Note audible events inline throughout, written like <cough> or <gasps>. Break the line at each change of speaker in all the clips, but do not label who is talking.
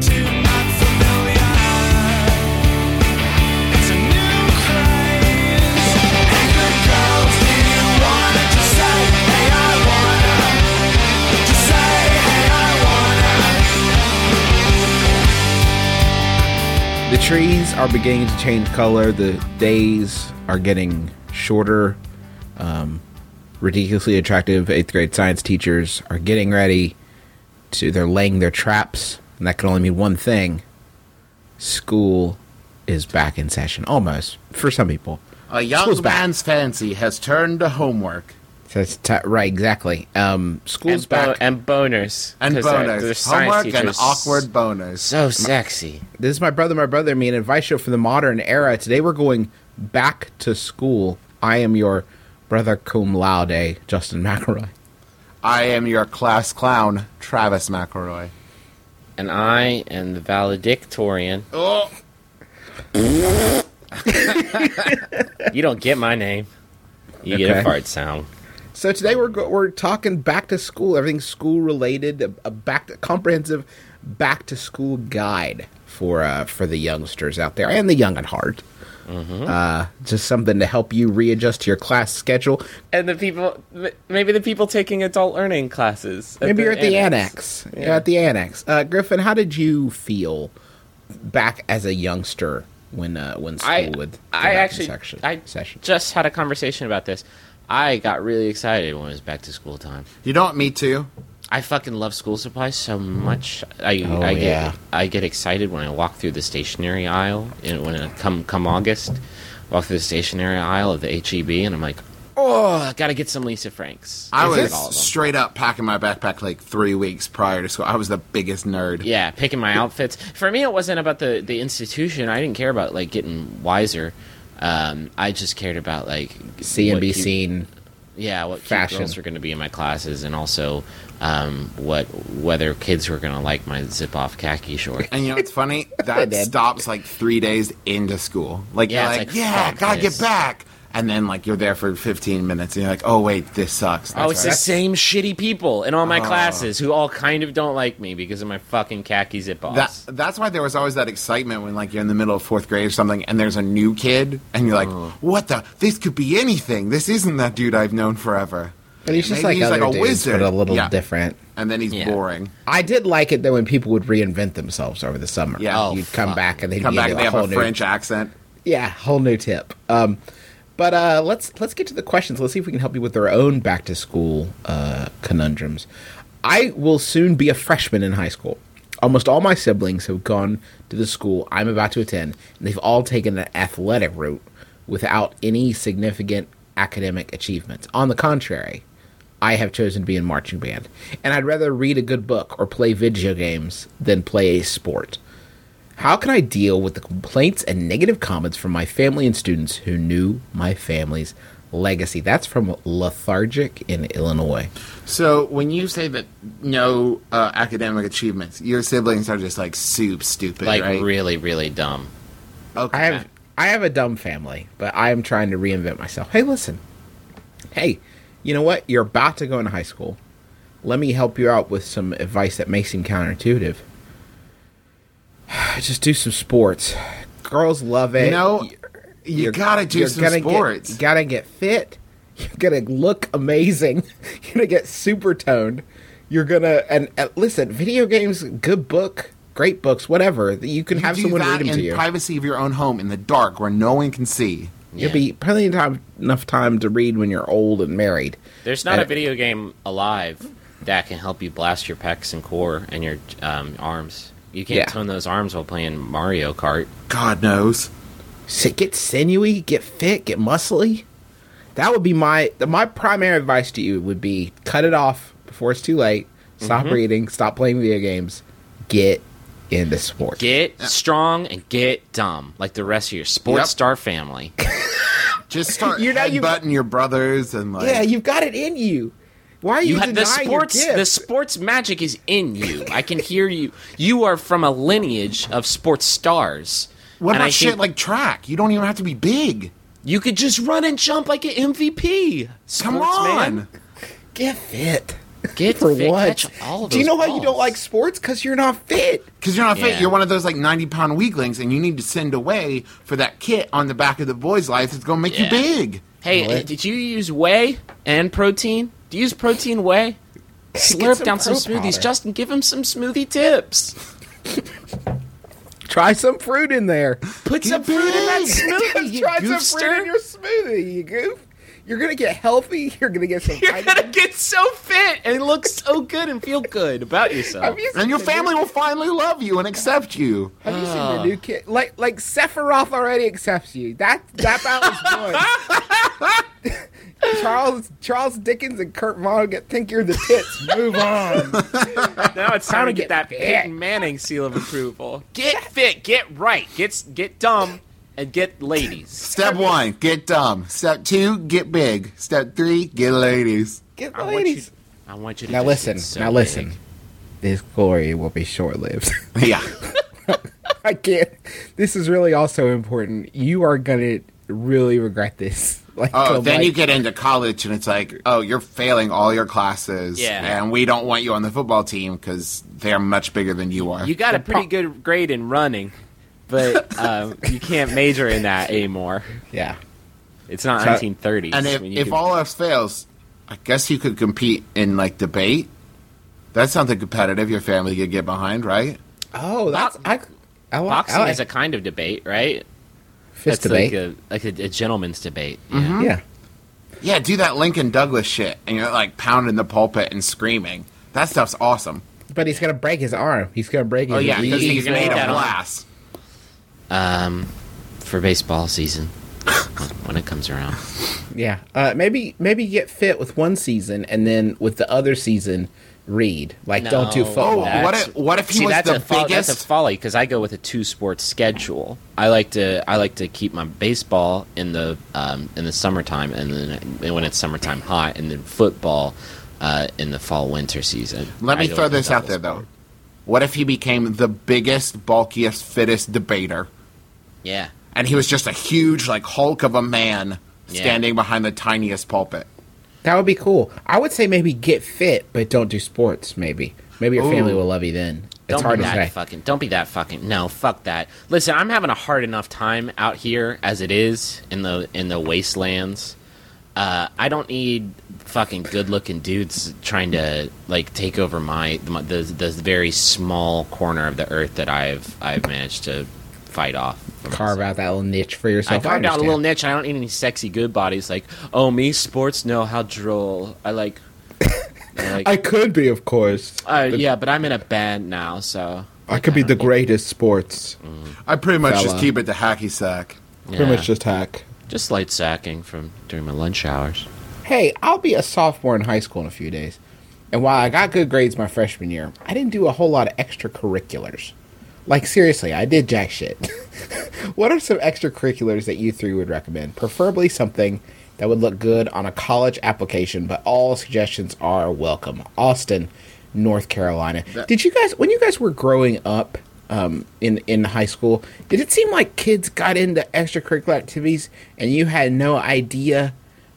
too not familiar. It's a new craze. Hey, good girls, do you wanna just say, hey, I wanna? Just say, hey, I wanna.
The trees are beginning to change color. The days are getting shorter. Um, ridiculously attractive eighth grade science teachers are getting ready to. They're laying their traps, and that can only mean one thing: school is back in session, almost for some people.
A young
School's back.
man's fancy has turned to homework.
That's t- right, exactly. Um, school's
and, bo-
back.
and boners.
And
'cause they're-
bonus.
they're science
Homework and
teachers.
awkward bonus.
So sexy.
This is my brother, my brother, and me, an advice show from the modern era. Today we're going back to school. I am your brother cum laude, Justin McElroy.
I am your class clown, Travis McElroy.
And I am the valedictorian.
Oh,
<laughs> You don't get my name. You get
Okay.
a fart sound.
So today we're go- we're talking back to school, everything school related, a, a back comprehensive back to school guide for uh, for the youngsters out there and the young at heart. Uh, just something to help you readjust to your class schedule.
And the people, m- maybe the people taking adult learning classes.
Maybe you're at the annex. You're at the annex. Uh, Griffin, how did you feel back as a youngster when uh, when school
I,
would? go back
I
in
actually,
section,
I
session.
just had a conversation about this. I got really excited when it was back to school time.
you don't me too.
I fucking love school supplies so much. I,
Oh,
I get
yeah.
I get excited when I walk through the stationery aisle and when I come come August, walk through the stationery aisle of the HEB and I'm like, oh, I gotta get some Lisa Franks.
I
Get all
was
of them.
straight up packing my backpack like three weeks prior to school. I was the biggest nerd.
yeah, picking my outfits. For me, it wasn't about the the institution. I didn't care about like getting wiser. Um, I just cared about like
See and
what
be
you-
seen.
yeah, what cute
Fashion.
girls were going to be in my classes, and also um, what whether kids were going to like my zip off khaki shorts.
And you know what's
<laughs>
funny? That
did.
stops like three days into school. Like
Yeah,
you're
it's
like,
like,
yeah,
fuck
gotta
this."
get back. And then like you're there for 15 minutes, and you're like, oh wait, this sucks.
Oh, it's
right. Oh.
the same shitty people in all my classes who all kind of don't like me because of my fucking khaki zip
That,
offs.
that's why there was always that excitement when like you're in the middle of fourth grade or something and there's a new kid and you're like what the this could be anything this isn't that dude i've known forever
But he's just
Maybe
like
he's
other
like a
dudes,
wizard.
but a little
Yeah.
different.
and then he's
Yeah.
boring
I did like it though when people would reinvent themselves over the summer.
Yeah. Oh,
you'd come
fuck.
back and they'd
come
give
back
you
and they have
whole
a
new,
french accent
yeah, whole new tip. Um, but uh, let's let's get to the questions. Let's see if we can help you with our own back to school uh, conundrums. I will soon be a freshman in high school. Almost all my siblings have gone to the school I'm about to attend, and they've all taken an athletic route without any significant academic achievements. On the contrary, I have chosen to be in marching band, and I'd rather read a good book or play video games than play a sport. How can I deal with the complaints and negative comments from my family and students who knew my family's legacy? That's from Lethargic in Illinois.
so when you say that no uh, academic achievements your siblings are just like soup stupid
like
right
really, really dumb.
okay
I have I have a dumb family, but I am trying to reinvent myself. Hey, listen. Hey, you know what? You're about to go into high school. Let me help you out with some advice that may seem counterintuitive. <sighs> Just do some sports. Girls love it.
you know
Y-
you
you're-
gotta do
you're
some
gonna get-
sports
you gotta get fit. You're gonna look amazing. <laughs> You're gonna get super toned. You're gonna and uh, listen. Video games, good book, great books, whatever. that You can have
do
someone
that
read them
in
to you.
privacy of your own home in the dark where no one can see
You'll be plenty of time, enough time to read when you're old and married.
There's not
And-
a video game alive that can help you blast your pecs and core and your um, arms. You can't
Yeah.
tone those arms while playing Mario Kart.
god knows
Si- Get sinewy, get fit, get muscly. That would be my my primary advice to you would be
Mm-hmm.
cut it off before it's too late. Stop reading, stop playing video games, get in the sport.
Get strong and get dumb, like the rest of your sports
Yep. <laughs>
star family.
Just start
You
<laughs> you
know, you-
headbutting your brothers and like.
yeah, you've got it in you. Why are you,
You have
denying
the sports.
your gift?
The sports magic is in you. I can hear you. You are from a lineage of sports stars.
What
And
about
I
shit
think
like track? You don't even have to be big.
you could just run and jump like an MVP?
Come
Sports
on.
man.
Get fit. <laughs>
get
For
fit,
what?
Catch all of
Do you know
those
why you don't
balls.
like sports? Because you're not fit.
Because you're not fit.
Yeah.
You're one of those like 90 pound weaklings, and you need to send away for that kit on the back of the boy's life that's going to make
Yeah.
you big.
Hey,
What?
uh, did you use whey and protein? Do you use protein <laughs> whey? Slurp
some
down some
pro
smoothies.
powder.
Justin, give him some smoothie tips.
Try some fruit in there.
Put some fruit in that
<laughs>
smoothie. you
Try some fruit in
goofster.
your smoothie, you goof. You're gonna get healthy. <laughs> You're gonna get some.
<laughs> You're
vitamin-
gonna get so fit and look so good and feel good about yourself.
Have you seen
And your
the
family
New,
will finally love you and accept you.
have you seen the
Ah.
new kid? Like like Sephiroth already accepts you. That that battle's
<laughs>
won. <laughs> Charles Charles Dickens and Kurt Vonnegut think you're the tits. Move
<laughs>
on.
Now it's time to
get
get that
fit.
Peyton Manning seal of approval. <laughs> Get fit, get right, get s- get dumb, and get ladies.
Step one, get dumb. Step two, get big. Step three, get ladies. <laughs>
Get
I
the
want you.
ladies.
I want you to
Now
just get
listen.
so
now listen.
big.
This glory will be short <laughs> lived.
Yeah.
I can't. This is really also important. You are gonna really regret this. Like,
Oh,
come,
then
like-
you get into college and it's like, oh, you're failing all your classes.
Yeah.
And we don't want you on the football team because they're much bigger than you are.
You got a pretty good grade in running, but um, you can't major in that anymore.
Yeah.
It's not
So-
1930s.
and if,
when you
if
could-
all else fails, I guess you could compete in like debate. That's something competitive your family could get behind, right?
Oh, that's I. I like,
boxing
I like
is a kind of debate, right?
fist
That's
debate.
like a like a, a gentleman's debate. Yeah.
Mm-hmm.
yeah.
Yeah, do that Lincoln Douglas shit, and you're like pounding the pulpit and screaming. That stuff's awesome.
But he's gonna break his arm. He's gonna break his.
Oh yeah, because
you-
he's
you're gonna
made of
put that on.
glass.
Um, for baseball season, when it comes around,
Yeah. Uh, maybe maybe get fit with one season and then with the other season read. Like don't do
No.
Oh,
football.
what if what if he
see
was
that's
the
a fo- that's a
biggest?
folly because I go with a two sports schedule. I like to I like to keep my baseball in the um, in the summertime and then and when it's summertime hot and then football uh, in the fall winter season.
Let
I
me
go
throw
with the
this out
doubles.
there though. What if he became the biggest, bulkiest, fittest debater,
Yeah,
and he was just a huge like Hulk of a man
Yeah.
standing behind the tiniest pulpit?
that would be cool. I would say maybe get fit, but don't do sports. Maybe maybe your family
Ooh.
will love you then. It's
don't
hard
be
to
that
say.
fucking. Don't be that fucking. No, fuck that. Listen, I'm having a hard enough time out here as it is in the in the wastelands. Uh, I don't need fucking good-looking dudes trying to like take over my the, the the very small corner of the earth that I've I've managed to fight off. for
Carve out that little niche for yourself.
I carved out a
understand.
little niche. and I don't need any sexy good bodies. Like, oh me, sports? No, how droll.
<laughs>
I like. I like
I could be, of course. <laughs>
uh, yeah, but I'm in a band now, so
I could be the greatest sports.
I pretty much just
Fella.
keep it to hacky sack.
Mm, yeah.
just hack.
Just light sacking from during my lunch hours.
Hey, I'll be a sophomore in high school in a few days. And while I got good grades my freshman year, I didn't do a whole lot of extracurriculars. Like, seriously, I did jack shit. <laughs> what are some extracurriculars that you three would recommend? Preferably something that would look good on a college application, but all suggestions are welcome. Austin, North Carolina. Did you guys, when you guys were growing up um, in, in high school, did it seem like kids got into extracurricular activities and you had no idea?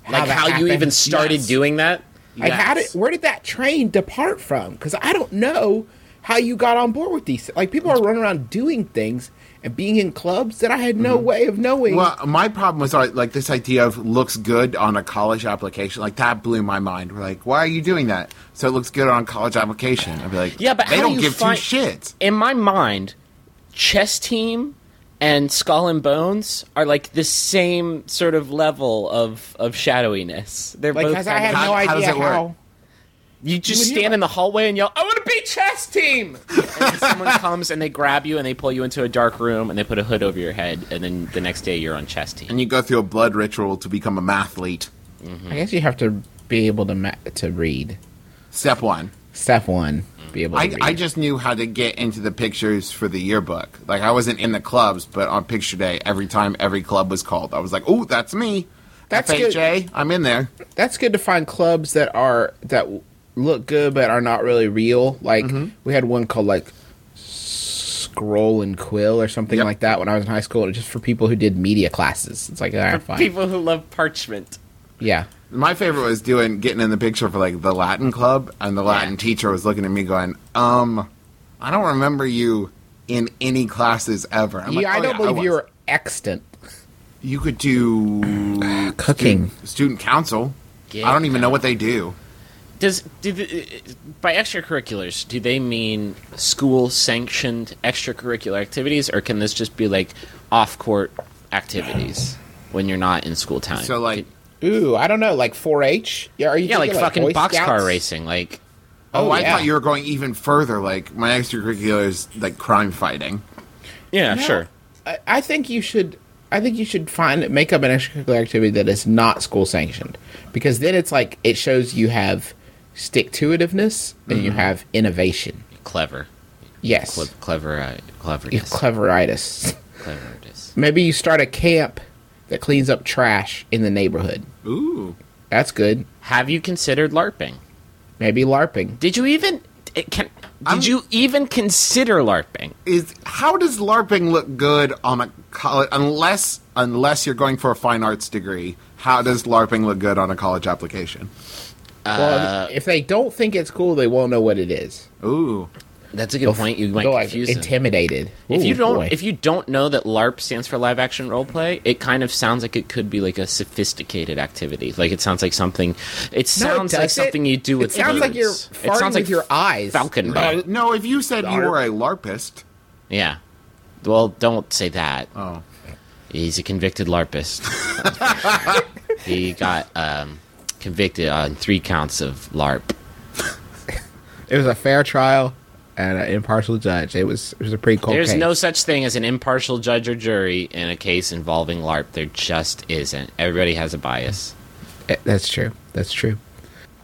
Like
that
how you
happened?
even started
Yes.
doing that?
Like, how did where did that train depart from? Because I don't know how you got on board with these. Like, people are running around doing things and being in clubs that I had no way of knowing.
Mm-hmm. Well, my problem was like, like this idea of looks good on a college application. Like that blew my mind. We're like, why are you doing that? So it looks good on a college application. I'd be like,
Yeah, but
they
how do
don't
you
give
find-
two shits.
In my mind, chess team and skull and bones are like the same sort of level of of shadowiness. They're
like,
both.
because I
kind
had
of-
how-
no
how does
idea
it work?
how.
you just
you would
stand
hear-
in the hallway and yell, "I want to be chess team!" and <laughs> then someone comes and they grab you and they pull you into a dark room and they put a hood over your head and then the next day you're on chess team.
And you go through a blood ritual to become a mathlete.
I guess you have to be able to ma- to read.
Step one.
step one, be able to
I,
read.
I just knew how to get into the pictures for the yearbook. Like I wasn't in the clubs, but on picture day, every time every club was called, I was like, "Oh, that's me."
That's
FHA,
good.
I'm in there.
That's good to find clubs that are that w- look good but are not really real. Like we had one called like Scroll and Quill or something
Yep.
like that when I was in high school, and it's just for people who did media classes. It's like all right, fine.
People who love parchment.
yeah.
My favorite was doing getting in the picture for like the Latin club, and the Latin teacher was looking at me going, "Um, I don't remember you in any classes ever." I'm
yeah,
like,
I
"Oh,
don't believe
was."
you were extant.
You could do
Cooking.
student, student council.
Yeah.
I don't even know what they do.
Does do the, by extracurriculars? Do they mean school-sanctioned extracurricular activities, or can this just be like off-court activities when you're not in school time?
So like,
Ooh, I don't know, like 4-H. Yeah, are you
yeah, like,
thinking,
fucking
Boy Scouts?
boxcar racing, like
oh,
Oh,
I
yeah.
thought you were going even further. Like my extracurricular is like crime fighting.
yeah, sure.
I, I think you should. I think you should find make up an extracurricular activity that is not school sanctioned, because then it's like it shows you have stick to itiveness and you have innovation.
Clever,
Yes,
Cle- clever, uh,
you
cleverness,
have cleveritis. <laughs>
cleverness.
Maybe you start a camp that cleans up trash in the neighborhood.
Ooh.
That's good.
Have you considered LARPing?
Maybe LARPing.
Did you even it can? Did you even consider LARPing?
is how does LARPing look good on a college unless unless you're going for a fine arts degree? How does LARPing look good on a college application?
Uh,
well, if they don't think it's cool, they won't know what it is.
Ooh,
That's a good point. You might
They're like
confuse them.
intimidated.
If you
Ooh,
don't,
boy.
if you don't know that LARP stands for live action role play, it kind of sounds like it could be like a sophisticated activity. Like it sounds like something. It
No, it
sounds like
doesn't.
something you do with.
It sounds like you're
birds.
farting with your eyes.
falconry.
Uh, no! If you said you were a LARPist,
Yeah. Well, don't say that.
oh,
He's a
<laughs>
convicted LARPist. he got um, convicted on three counts of LARP.
It was a fair trial and an impartial judge. It was it was a pretty cool
There's
case.
no such thing as an impartial judge or jury in a case involving LARP. There just isn't. Everybody has a bias.
Eh, That's true. That's true.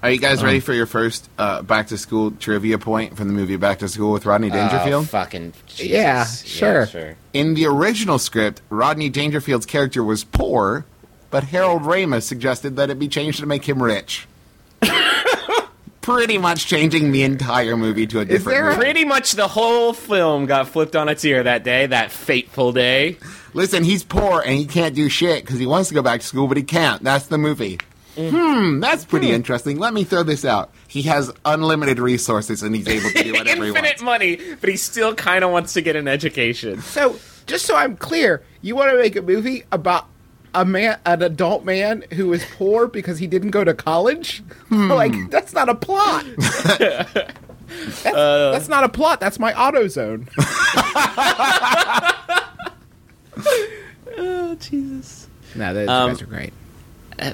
are you guys
Uh-huh.
ready for your first uh, back to school trivia point from the movie Back to School with
Uh,
Rodney Dangerfield?
Fucking Jesus.
Yeah, sure.
In the original script, Rodney Dangerfield's character was poor, but Harold Ramis suggested that it be changed to make
<laughs>
him rich. Pretty much changing the entire movie to a different
there a-
movie.
Pretty much the whole film got flipped on its ear that day, that fateful day.
Listen, he's poor and he can't do shit because he wants to go back to school, but he can't. That's the movie. Hmm, that's pretty interesting. Let me throw this out. He has unlimited resources and he's able to <laughs> do whatever he
Infinite
wants.
money, but he still kind of wants to get an education.
So, just so I'm clear, you want to make a movie about a man, an adult man who is poor because he didn't go to college? Like that's not a plot. that's, that's not a plot. That's my AutoZone.
Oh, Jesus. Um,
no, those guys are great.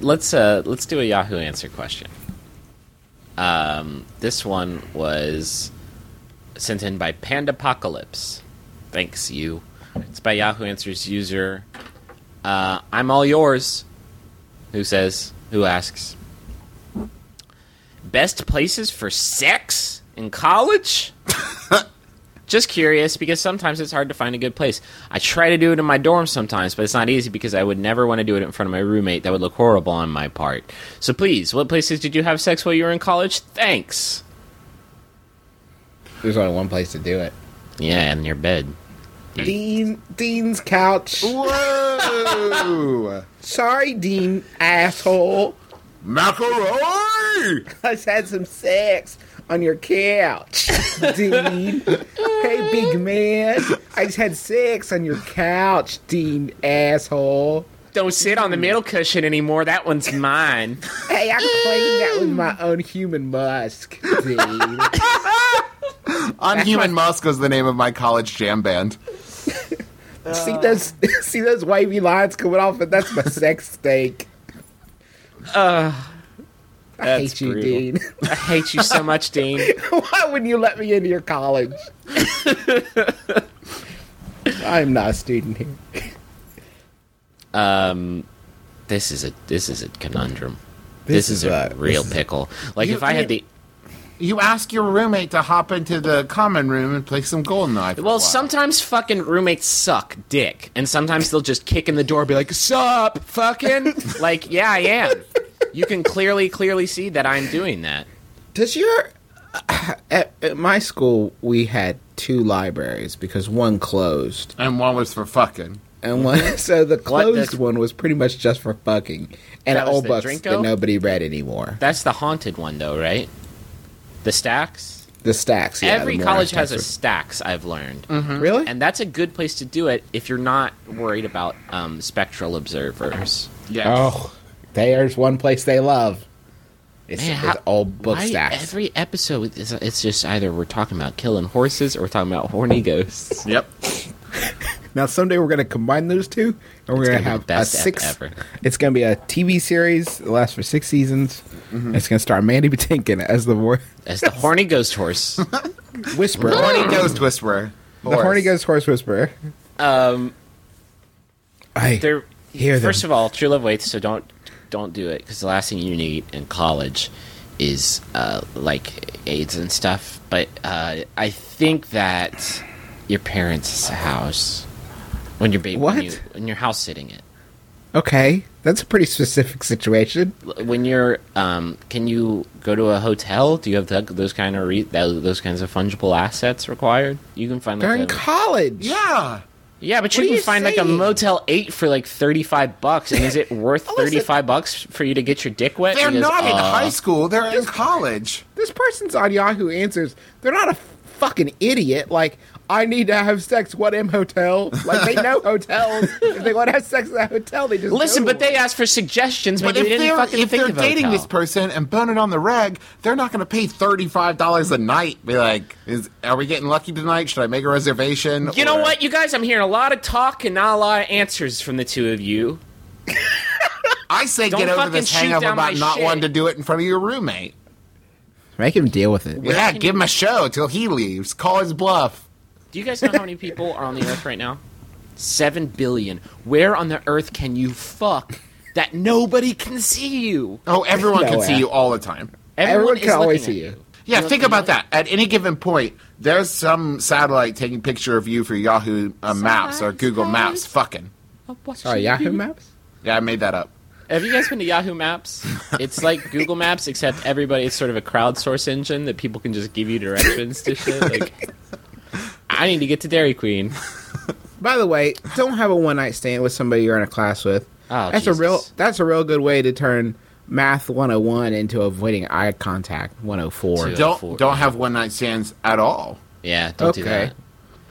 Let's uh, let's do a Yahoo answer question. Um, this one was sent in by Pandapocalypse. Thanks you. It's by Yahoo Answers user. Uh, I'm all yours. Who says? Who asks? Best places for sex in college? Just curious because sometimes it's hard to find a good place. I try to do it in my dorm sometimes, but it's not easy because I would never want to do it in front of my roommate. That would look horrible on my part. So please, what places did you have sex while you were in college? Thanks.
There's only one place to do it.
Yeah, in your bed. Hmm.
Dean, Dean's couch.
<laughs> Whoa!
Sorry, Dean, asshole.
Macaroni!
Let's had some sex on your couch,
<laughs>
Dean. hey, big man. I just had sex on your couch, Dean asshole.
Don't sit on the middle cushion anymore. That one's mine.
Hey, I cleaned that with my own human musk,
<laughs>
Dean.
Unhuman Musk was the name of my college jam band.
see those, see those wavy lines coming off, and that's my sex steak. Uh, I
that's
hate you,
brutal.
Dean.
I hate you so much, Dean.
<laughs> Why wouldn't you let me into your
<laughs>
college? I'm not a student here.
This is a this is a conundrum.
This
<laughs> This, is,
is
a,
a-
real
this is-
pickle. Like
You-
if I
you-
had the
You ask your roommate to hop into the common room and play some Goldeneye. for a
Well,
while.
sometimes fucking roommates suck dick, and sometimes they'll just kick in the door, and be like, "Sup, <laughs> fucking," like, "Yeah, I am." You can clearly, clearly see that I'm doing that.
Does your <sighs> at, at my school we had two libraries because one closed
and one was for fucking.
and one <laughs> so the
Mm-hmm. What the-
closed one was pretty much just for fucking and
That was
old
the
books that
Drinko?
nobody read anymore.
That's the haunted one, though, right? The stacks.
The stacks. Yeah,
Every college has a stacks. I've learned,
a really.
and that's a good place to do it if you're not worried about um, spectral observers.
Yeah.
oh, there's one place they love. It's,
Man,
it's
how-
old book
Why
stacks.
Every episode, is, it's just either we're talking about killing horses or we're talking about horny ghosts.
Yep.
Now someday we're gonna combine those two, and we're gonna,
gonna be
have
the best
a
ep
six.
ever.
It's gonna be a TV series that lasts for six seasons.
Mm-hmm.
It's gonna star Mandy Patinkin as the war-
As the horny ghost horse.
whisperer,
The horny ghost whisperer.
the horny ghost horse whisperer.
Um,
I
<laughs> they're,
Hear them.
first of all, true love waits, so don't don't do it because the last thing you need in college is uh, like AIDS and stuff. But uh, I think that your parents' house when your baby
What?
when, you, when you're house sitting it
okay. That's a pretty specific situation.
L- when you're um, can you go to a hotel? Do you have th those kind of re- tho- those kinds of fungible assets required? You can find like,
They're
a-
in college.
Yeah.
Yeah, but you
What are
can
you
find like a
saying?
Motel Eight for like thirty-five bucks, and
<laughs>
is it worth thirty-five bucks for you to get your dick wet?
They're
Because,
not in
uh,
high school. They're in college.
This person's on Yahoo Answers. They're not a fucking idiot. Like I need to have sex. What am hotel? Like they
<laughs>
know hotels. if they want to have sex at a hotel, they just
Listen,
go
but
to
they asked for suggestions,
But
but they
if
didn't
they're,
fucking
if
think
they're
of
dating
hotel.
this person and boning on the reg, they're not going to pay thirty five dollars a night. Be like, is are we getting lucky tonight? Should I make a reservation?
You know
Or-
what, you guys? I'm hearing a lot of talk and not a lot of answers from the two of you.
I say
Don't
get over
fucking
this
shoot
hang up
down
about
my
not
shit.
wanting to do it in front of your roommate.
Make him deal with it.
yeah, give him a show till he leaves. Call his bluff.
Do you guys know how many people are on the earth right now? Seven billion. Where on the earth can you fuck that nobody can see you? <laughs>
Oh, everyone can
No
see
way.
you all the time.
Everyone
is
can always
looking
see
at
you.
Yeah, think about that. At any given point, there's some satellite taking picture of you for Yahoo uh, Maps or Google Maps. Fucking.
Sorry, Yahoo Maps.
Yeah, I made that up.
Have you guys been to Yahoo Maps? It's like Google Maps, except everybody. It's sort of a crowdsource engine that people can just give you directions to shit. Like, I need to get to Dairy Queen.
By the way, don't have a one night stand with somebody you're in a class with.
Oh,
that's
Jesus.
a real that's a real good way to turn math 101 into avoiding eye contact 104.
Two.
Don't
for-
don't have one oh night stands at all.
Yeah, don't do
Okay.
that.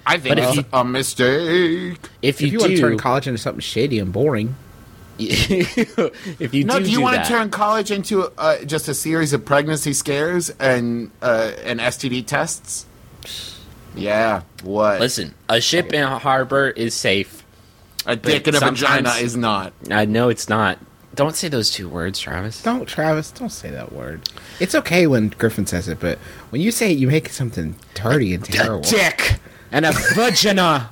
I think
But if
it's
you-
a mistake.
If you,
If you want to
do,
turn college into something shady and boring,
<laughs> if you
No,
do,
do you
do
want
that-
to turn college into uh, just a series of pregnancy scares and uh, and STD tests? Yeah. What?
Listen, a ship in a harbor is safe.
a dick in a
sometimes-
vagina is not.
I know it's not. Don't say those two words, Travis.
don't Travis, don't say that word. It's okay when Griffin says it, but when you say it, you make something dirty
<laughs>
and terrible.
dick and a vagina.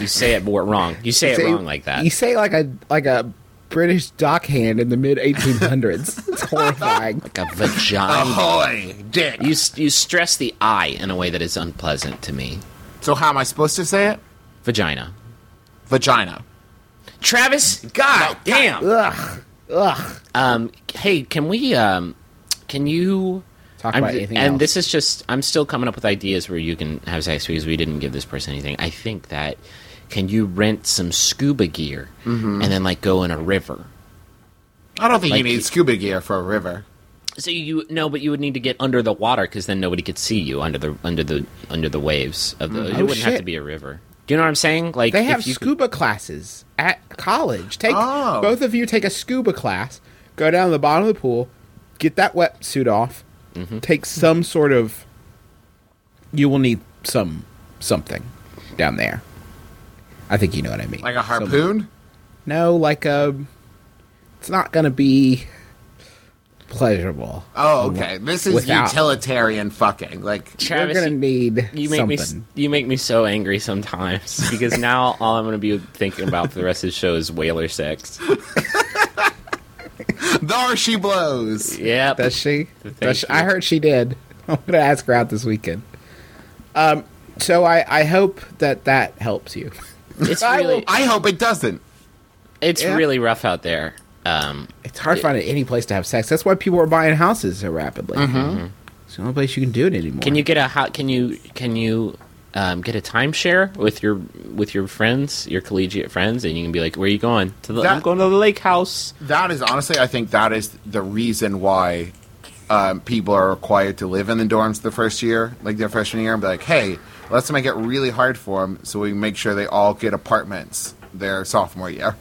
you say it more wrong. You say it
Say-
wrong like that.
You say it like a like a British dockhand in the mid 1800s. <laughs> it's
<laughs>
horrifying.
Like a vagina.
Ahoy, dick.
You s- you stress the I in a way that is unpleasant to me.
So how am I supposed to say it?
Vagina.
Vagina.
Travis, God damn.
Ugh. Ugh.
Um, hey, can we? Um, can you?
Talk
I'm-
about anything
and
else.
this is just I'm still coming up with ideas where you can have sex because we didn't give this person anything. I think that can you rent some scuba gear
Mm-hmm.
and then like go in a river.
I don't think you
Like
need
you-
scuba gear for a river.
So you no, but you would need to get under the water because then nobody could see you under the under the under the waves of the. it
Oh,
wouldn't have to
shit.
be a river. Do you know what I'm saying? Like
They
if
have
you could-
scuba classes at college. Take
Oh.
both of you take a scuba class, go down to the bottom of the pool, get that wetsuit off,
Mm-hmm.
take some sort of you will need some something down there. I think you know what I mean.
Like a
Some-
harpoon?
no, like a it's not gonna be pleasurable.
Oh, okay. This is
Without-
utilitarian fucking. Like, <laughs>
Travis,
You're gonna
you-
need
You make me
something.
me you make me so
<laughs>
angry sometimes because now all I'm going to be thinking about for the rest of the show is whaler sex.
There she blows.
Yep.
Does she? Does she?
you.
I heard she did. <laughs> I'm gonna ask her out this weekend. Um, so I I hope that that helps you. <laughs>
it's
I
really,
will-
I hope it doesn't.
it's
yeah.
really rough out there. Um,
It's hard finding any place to have sex. That's why people are buying houses so rapidly. Mm-hmm. It's the only place you can do it anymore.
can you get a hot? Can you can you um, get a timeshare with your with your friends, your collegiate friends, and you can be like, "Where are you going? To the I'm
That-
going to the lake house."
That is honestly, I think that is the reason why um, people are required to live in the dorms the first year, like their freshman year. and be like, hey, let's make it really hard for them so we make sure they all get apartments their sophomore year.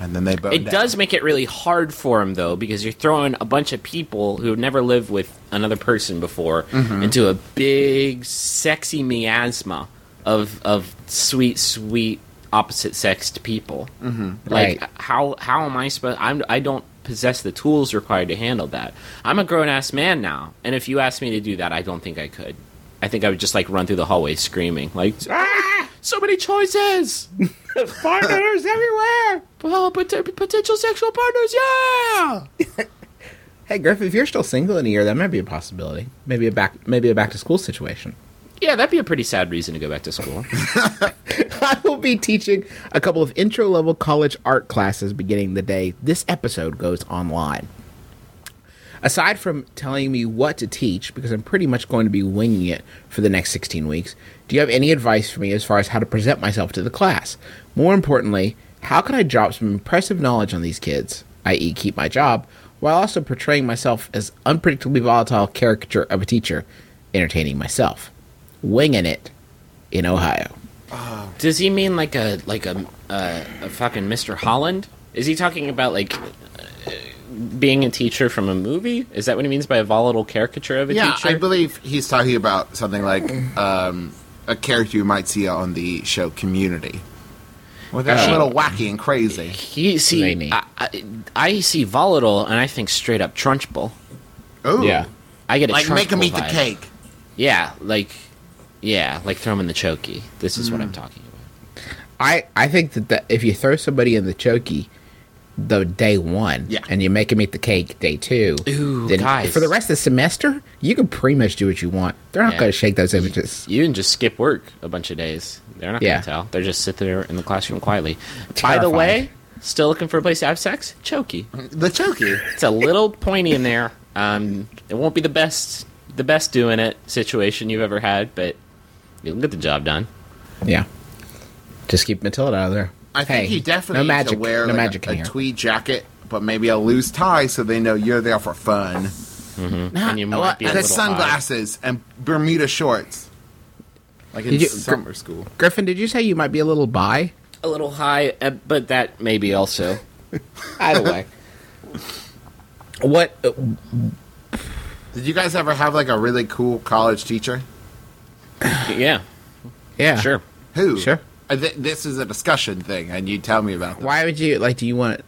And then they both.
It does make it really hard for him though, because you're throwing a bunch of people who have never lived with another person before into a big, sexy miasma of of sweet, sweet opposite sexed people. Mm-hmm. Like
Right.
how how am I supposed? I'm I don't possess the tools required to handle that. I'm a grown ass man now, and if you asked me to do that, I don't think I could. I think I would just like run through the hallway screaming like, ah, so many choices.
<laughs> Partners everywhere.
Well, pot- potential sexual partners, yeah.
Hey Griff, if you're still single in a year, that might be a possibility. Maybe a back maybe a back to school situation.
Yeah, that'd be a pretty sad reason to go back to school.
<laughs> I will be teaching a couple of intro level college art classes beginning the day this episode goes online. Aside from telling me what to teach, because I'm pretty much going to be winging it for the next 16 weeks, do you have any advice for me as far as how to present myself to the class? More importantly, how can I drop some impressive knowledge on these kids, i.e., keep my job, while also portraying myself as unpredictably volatile caricature of a teacher, entertaining myself? Winging it in Ohio.
Does he mean like a like a uh, a fucking Mr. Holland? Is he talking about like uh, being a teacher from a movie? Is that what he means by a volatile caricature of a
Yeah,
teacher?
I believe he's talking about something like um, a character you might see on the show Community. Well, that's a little wacky and crazy.
he see,
Maybe.
I, I, I see volatile, and I think straight up trunchbull.
Oh,
I get a
Like make him
Trunchbull
eat the
vibe.
cake.
Yeah, like yeah, like throw him in the chokey. This is what
Mm.
I'm talking about.
I, I think that the, if you throw somebody in the chokey the day one
Yeah.
and you make them eat the cake day two,
Ooh,
then
guys.
for the rest of the semester, you can pretty much do what you want. They're not
Yeah.
going to shake those images.
You can just skip work a bunch of days. They're not
Yeah.
gonna tell. They're just sit there in the classroom quietly. By the
Terrifying.
way, still looking for a place to have sex? Chokey.
The chokey.
It's
<laughs>
a little pointy in there. Um, it won't be the best the best doing it situation you've ever had, but you'll get the job done.
Yeah. Just keep Matilda out of there.
I think
Hey,
you definitely
no magic,
need to wear
no
like,
magic
a,
in
a
here.
tweed jacket, but maybe a loose tie so they know you're there for fun.
And you might
well,
be a
The
little high.
sunglasses and Bermuda shorts. Like in
Did you-
summer school.
Griffin, did you say you might be a little bi?
A little high, uh, but that maybe
<sighs>
also.
Either way. <laughs> What? uh,
Did you guys ever have like a really cool college teacher?
Yeah,
Yeah.
sure.
Who?
Sure.
I thi- this is a discussion thing, and you tell me about that.
Why would you, like, do you want,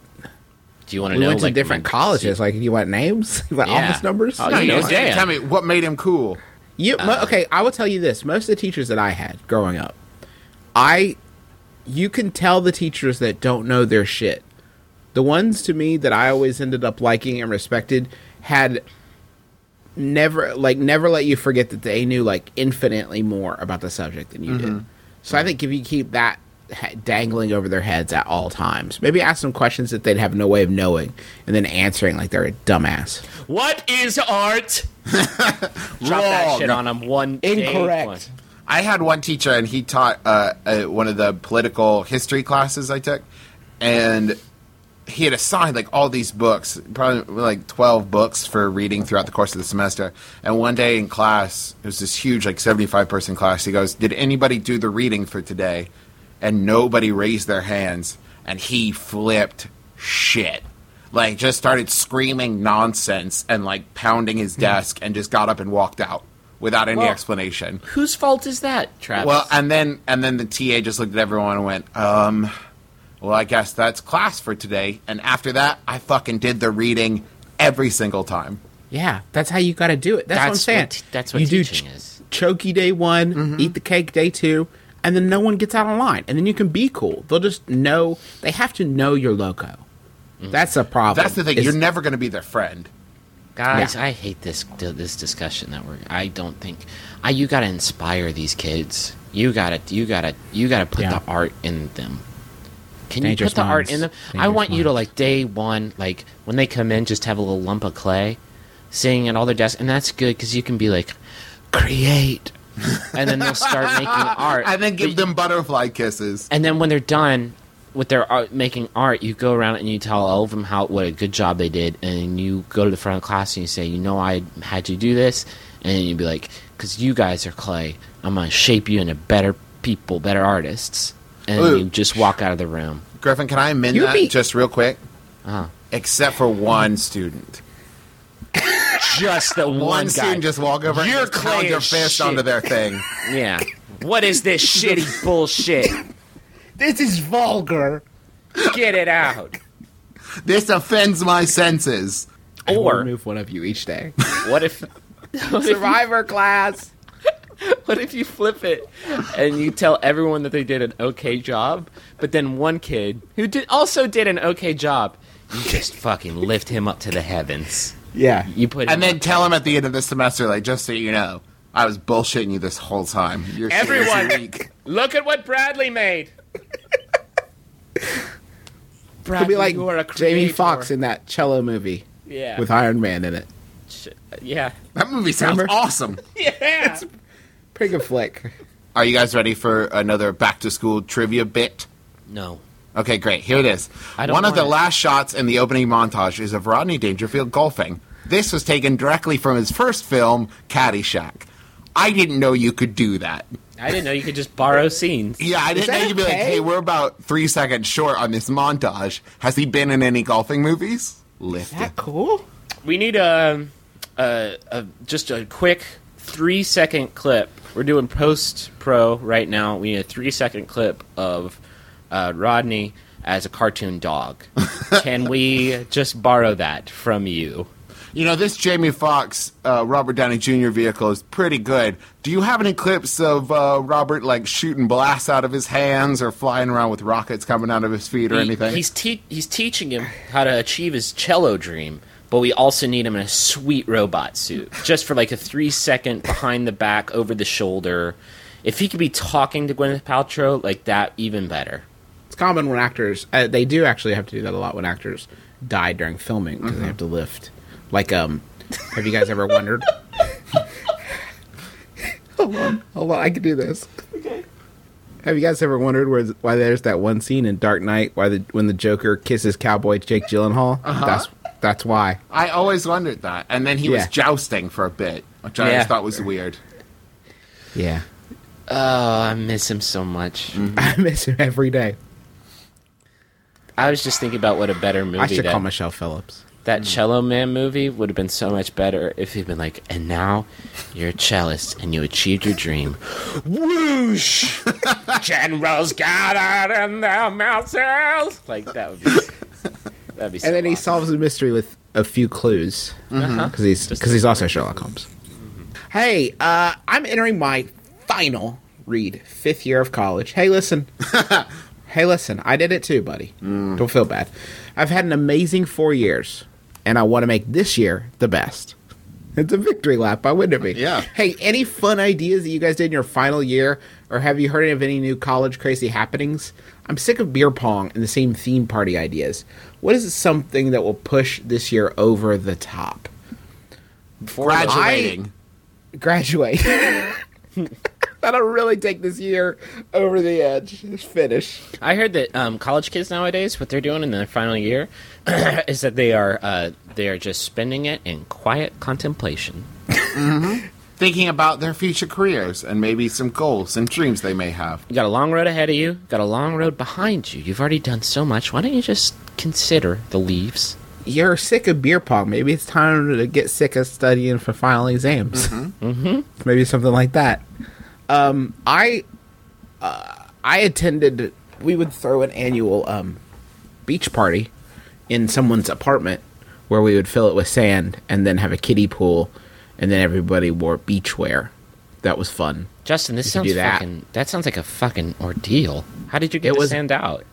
Do you want to
we
know
went to
like
different
my-
colleges. Like, do you want names? <laughs> You want
Yeah.
office numbers?
Oh,
No,
you
you
know,
just
Dan.
tell me what made him cool.
You mo- okay? I will tell you this: most of the teachers that I had growing up, I, you can tell the teachers that don't know their shit. The ones to me that I always ended up liking and respected had never like never let you forget that they knew like infinitely more about the subject than you did. So I think if you keep that ha- dangling over their heads at all times, maybe ask them questions that they'd have no way of knowing, and then answering like they're a dumbass.
What is
<laughs>
art? Drop that
Wrong.
shit on him one day.
Incorrect.
One.
I had one teacher, and he taught uh, uh, one of the political history classes I took, and he had assigned like all these books, probably like twelve books for reading throughout the course of the semester. And one day in class, it was this huge like seventy-five person class. He goes, "Did anybody do the reading for today?" And nobody raised their hands, and he flipped shit. Like just started screaming nonsense and like pounding his desk, and just got up and walked out without any
Well,
explanation.
Whose fault is that, Travis?
Well, and then and then the TA just looked at everyone and went, um, well, I guess that's class for today. And after that, I fucking did the reading every single time.
Yeah, that's how you got to do it. That's, what I'm
That's
saying.
what- that's what
you do
teaching is. Mm-hmm.
Choky day one, eat the cake day two, and then no one gets out of line, and then you can be cool. They'll just know they have to know your loco.
Mm.
That's a problem.
That's the thing.
is-
You're never going to be their friend.
Guys,
Yeah.
I hate this this discussion that we're. I don't think. I you gotta inspire these kids. You gotta you gotta you gotta put
Yeah.
the art in them. Can
Dangerous
you put the art
minds.
in them? I
Dangerous
want you to
minds.
like day one, like when they come in, just have a little lump of clay, sitting at all their desks, and that's good because you can be like, create, and then
<laughs>
they'll start making art.
And then
But-
give them butterfly kisses.
and then when they're done with their art, making art, you go around and you tell all of them how what a good job they did, and you go to the front of class and you say, "You know, I had you do this," and you'd be like, "Cause you guys are clay. I'm gonna shape you into better people, better artists." And
Ooh.
you just walk out of the room.
Griffin, can I amend
You'd
that
be-
just real quick?
Uh-huh.
Except for one student.
Just the one,
One,
guy.
student just walk over
You're
and just pound
clay
your
as
fist
shit.
onto their
<laughs>
thing.
yeah. What is this shitty bullshit?
This is vulgar.
Get it out.
this offends my senses.
I will
Or
remove one of you each
<laughs>
day.
what if?
Survivor class.
What if you flip it and you tell everyone that they did an okay job, but then one kid who did also did an okay job, you just fucking lift him up to the heavens.
Yeah.
You put him
And then tell them at the end of the semester, like, just so you know, I was bullshitting you this whole time. You're seriously
Everyone-
weak.
look at what Bradley made.
It'll
Bradley,
be like
you are a
Jamie
creator.
Foxx in that cello movie
yeah,
with Iron Man in it.
Sh- yeah,
That movie sounds
Remember?
awesome.
yeah.
Pretty good flick.
<laughs> Are you guys ready for another back to school trivia bit?
<laughs> No,
Okay, great. Here it is.
I don't
One of
want
the
it.
last shots in the opening montage is of Rodney Dangerfield golfing. This was taken directly from his first film, Caddyshack. I didn't know you could do that.
I didn't know you could just borrow scenes.
Yeah, I didn't
that
know you'd be like,
okay?
hey, we're about three seconds short on this montage. Has he been in any golfing movies? Lift it.
cool?
We need a, a, a just a quick three second clip. We're doing post pro right now. We need a three second clip of uh, Rodney as a cartoon dog. Can we just borrow that from you?
You know, this Jamie Foxx, uh, Robert Downey Jr. vehicle is pretty good. Do you have any clips of uh, Robert, like, shooting blasts out of his hands or flying around with rockets coming out of his feet or
He-
anything?
He's te- he's teaching him how to achieve his cello dream, but we also need him in a sweet robot suit, just for like a three second behind the back, over the shoulder. If he could be talking to Gwyneth Paltrow like that, even better.
It's common when actors uh, they do actually have to do that a lot when actors die during filming because they have to lift. Like, um, have you guys ever wondered? hold on, hold on, I can do this. Okay. Have you guys ever wondered where, why there's that one scene in Dark Knight why the when the Joker kisses cowboy Jake Gyllenhaal? That's that's why.
I always wondered that. And then he
Yeah.
was jousting for a bit, which I
Yeah.
always thought was weird.
Yeah,
Oh, I miss him so much.
<laughs> I miss him every day.
I was just thinking about what a better movie
I should
that,
call Michelle Phillips.
that Cello Man movie would have been so much better if he'd been like, and now you're a cellist and you achieved
<gasps>
your dream. Whoosh! <laughs> Generals got out in their mountains! Like, that would be. That'd be so
And
Uh-huh.
then he
awesome.
solves the mystery with a few clues because he's because he's also Sherlock Holmes.
Mm-hmm.
Hey, uh, I'm entering my final read, fifth year of college. Hey, listen. hey, listen. I did it too, buddy.
Mm.
Don't feel bad. I've had an amazing four years, and I want to make this year the best. It's a victory lap by Winderby.
Yeah.
Hey, any fun ideas that you guys did in your final year, or have you heard of any new college crazy happenings? I'm sick of beer pong and the same theme party ideas. What is something that will push this year over the top?
Graduating.
Graduate. <laughs> That'll really take this year over the edge. It's Finish.
I heard that um, college kids nowadays, what they're doing in their final year, <coughs> is that they are uh, they are just spending it in quiet contemplation.
Thinking about their future careers and maybe some goals and dreams they may have.
You got a long road ahead of you, got a long road behind you. You've already done so much. Why don't you just consider the leaves?
You're sick of beer pong. Maybe it's time to get sick of studying for final exams. Mm-hmm. Maybe something like that. Um, I uh, I attended. We would throw an annual um, beach party in someone's apartment where we would fill it with sand and then have a kiddie pool, and then everybody wore beach wear. That was fun.
Justin, this
You
sounds
could do that.
fucking that sounds like a fucking ordeal. How did you get
It
to
was-
stand out?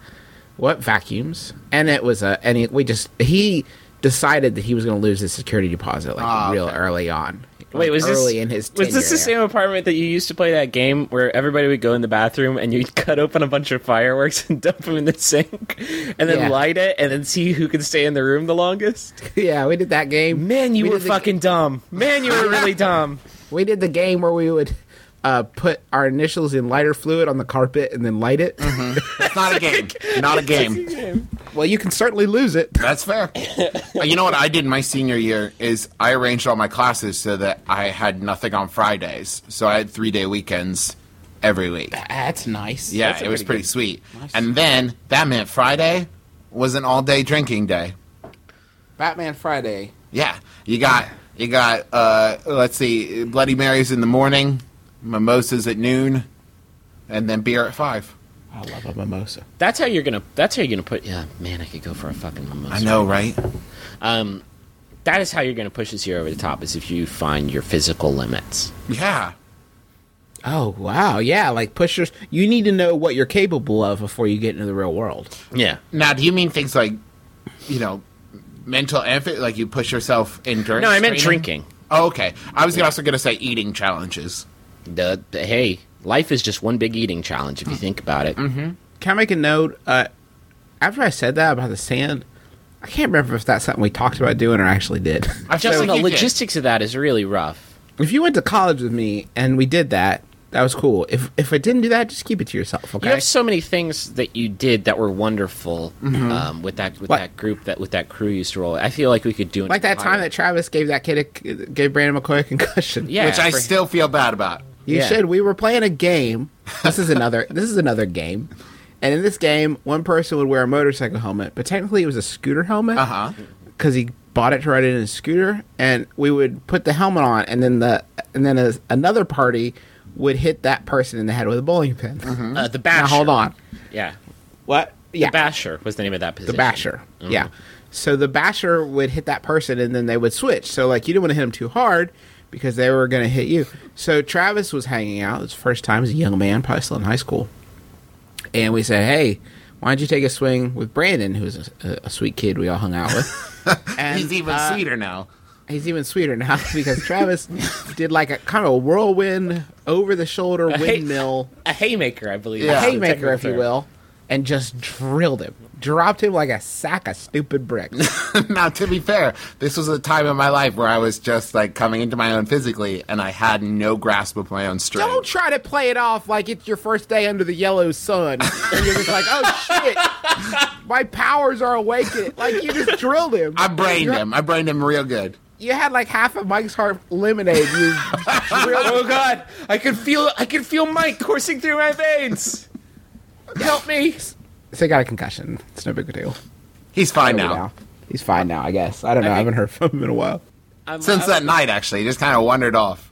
what vacuums and it was a and it, we just he decided that he was going to lose his security deposit like
Ah,
real
okay.
early on
Wait,
Like,
was
early
this
in his
was this the
tenure there.
same apartment that you used to play that game where everybody would go in the bathroom and you'd <laughs> cut open a bunch of fireworks and dump them in the sink, and then
Yeah.
light it and then see who could stay in the room the longest?
<laughs> yeah we did that game
Man, you
We
were
did the-
fucking dumb. Man, you
<laughs>
were really dumb.
we did the game where we would uh, put our initials in lighter fluid on the carpet and then light it
Mm-hmm.
It's
<laughs>
not a game. Not a game.
<laughs> well you can certainly lose it
That's fair. Uh, <laughs> you know what I did my senior year is I arranged all my classes so that I had nothing on Fridays. So I had three day weekends every week.
that's nice
Yeah, it was pretty sweet. And then that meant Friday was an all day drinking day.
batman friday
Yeah, you got you got uh, let's see, Bloody Marys in the morning, mimosas at noon, and then beer at five.
i love a mimosa
That's how you're gonna. That's how you're gonna put. Yeah, man, I could go for a fucking mimosa.
I know, right?
Um, that is how you're gonna push this year over the top. Is if you find your physical limits.
Yeah,
Oh wow, yeah, like pushers. You need to know what you're capable of before you get into the real world.
Yeah.
Now, do you mean things like, you know, mental effort, like you push yourself in during?
No, I meant
training?
drinking.
Oh, okay. I was also going to say eating challenges.
The, the- hey, life is just one big eating challenge if you think about it.
Mm-hmm. Can I make a note? Uh, after I said that about the sand, I can't remember if that's something we talked about doing or actually did. <laughs>
I feel
Just
like
the
you did.
logistics of that is really rough.
if you went to college with me and we did that, that was cool. If if I didn't do that, just keep it to yourself,
You
okay?
have so many things that you did that were wonderful um, with that
Mm-hmm.
with
What?
that group that with that crew you used to roll. I feel like we could do an
Like that time
entire-
that Travis gave that kid a, gave Brandon McCoy a concussion.
yeah,
which I
for-
still feel bad about.
You
Yeah.
should. We were playing a game. This is another. <laughs> this is another game. And in this game, one person would wear a motorcycle helmet, but technically it was a scooter helmet. Uh
Uh-huh.
Because he bought it to ride it in a scooter, and we would put the helmet on, and then the and then a, another party would hit that person in the head with a bowling pin.
uh, the basher.
Now hold on.
yeah,
What? Yeah.
the basher was the name of that position.
The basher.
Uh-huh.
Yeah. So the basher would hit that person and then they would switch. So like you didn't want to hit them too hard because they were going to hit you. So Travis was hanging out. It's first time as a young man, probably still in high school. And we said, "Hey, why don't you take a swing with Brandon, who's a, a sweet kid we all hung out with?" And,
<laughs> He's even
uh,
sweeter now. <laughs>
He's even sweeter now <laughs> because Travis did like a kind of a whirlwind over the shoulder
hay-
windmill
a haymaker, I
<laughs>
believe.
Yeah.
is the
haymaker,
technical
if you
term.
will, and just drilled him, dropped him like a sack of stupid bricks.
now, to be fair, this was a time in my life where I was just like coming into my own physically, and I had no grasp of my own strength.
Don't try to play it off like it's your first day under the yellow <laughs> sun, and you're just like, "Oh shit, my powers are awakened!" Like you just drilled him.
I brained
you
him. I brained him real good.
You had like half of Mike's Heart lemonade. You <laughs> drilled.
Oh God, I could feel I could feel Mike coursing through my veins. Help me.
so he got a concussion. It's no big deal.
He's fine
Now.
now.
he's fine now. I guess. I don't know. I haven't heard from him in a while.
I'm-
Since
I'm-
that night, actually, he just kind of wandered off.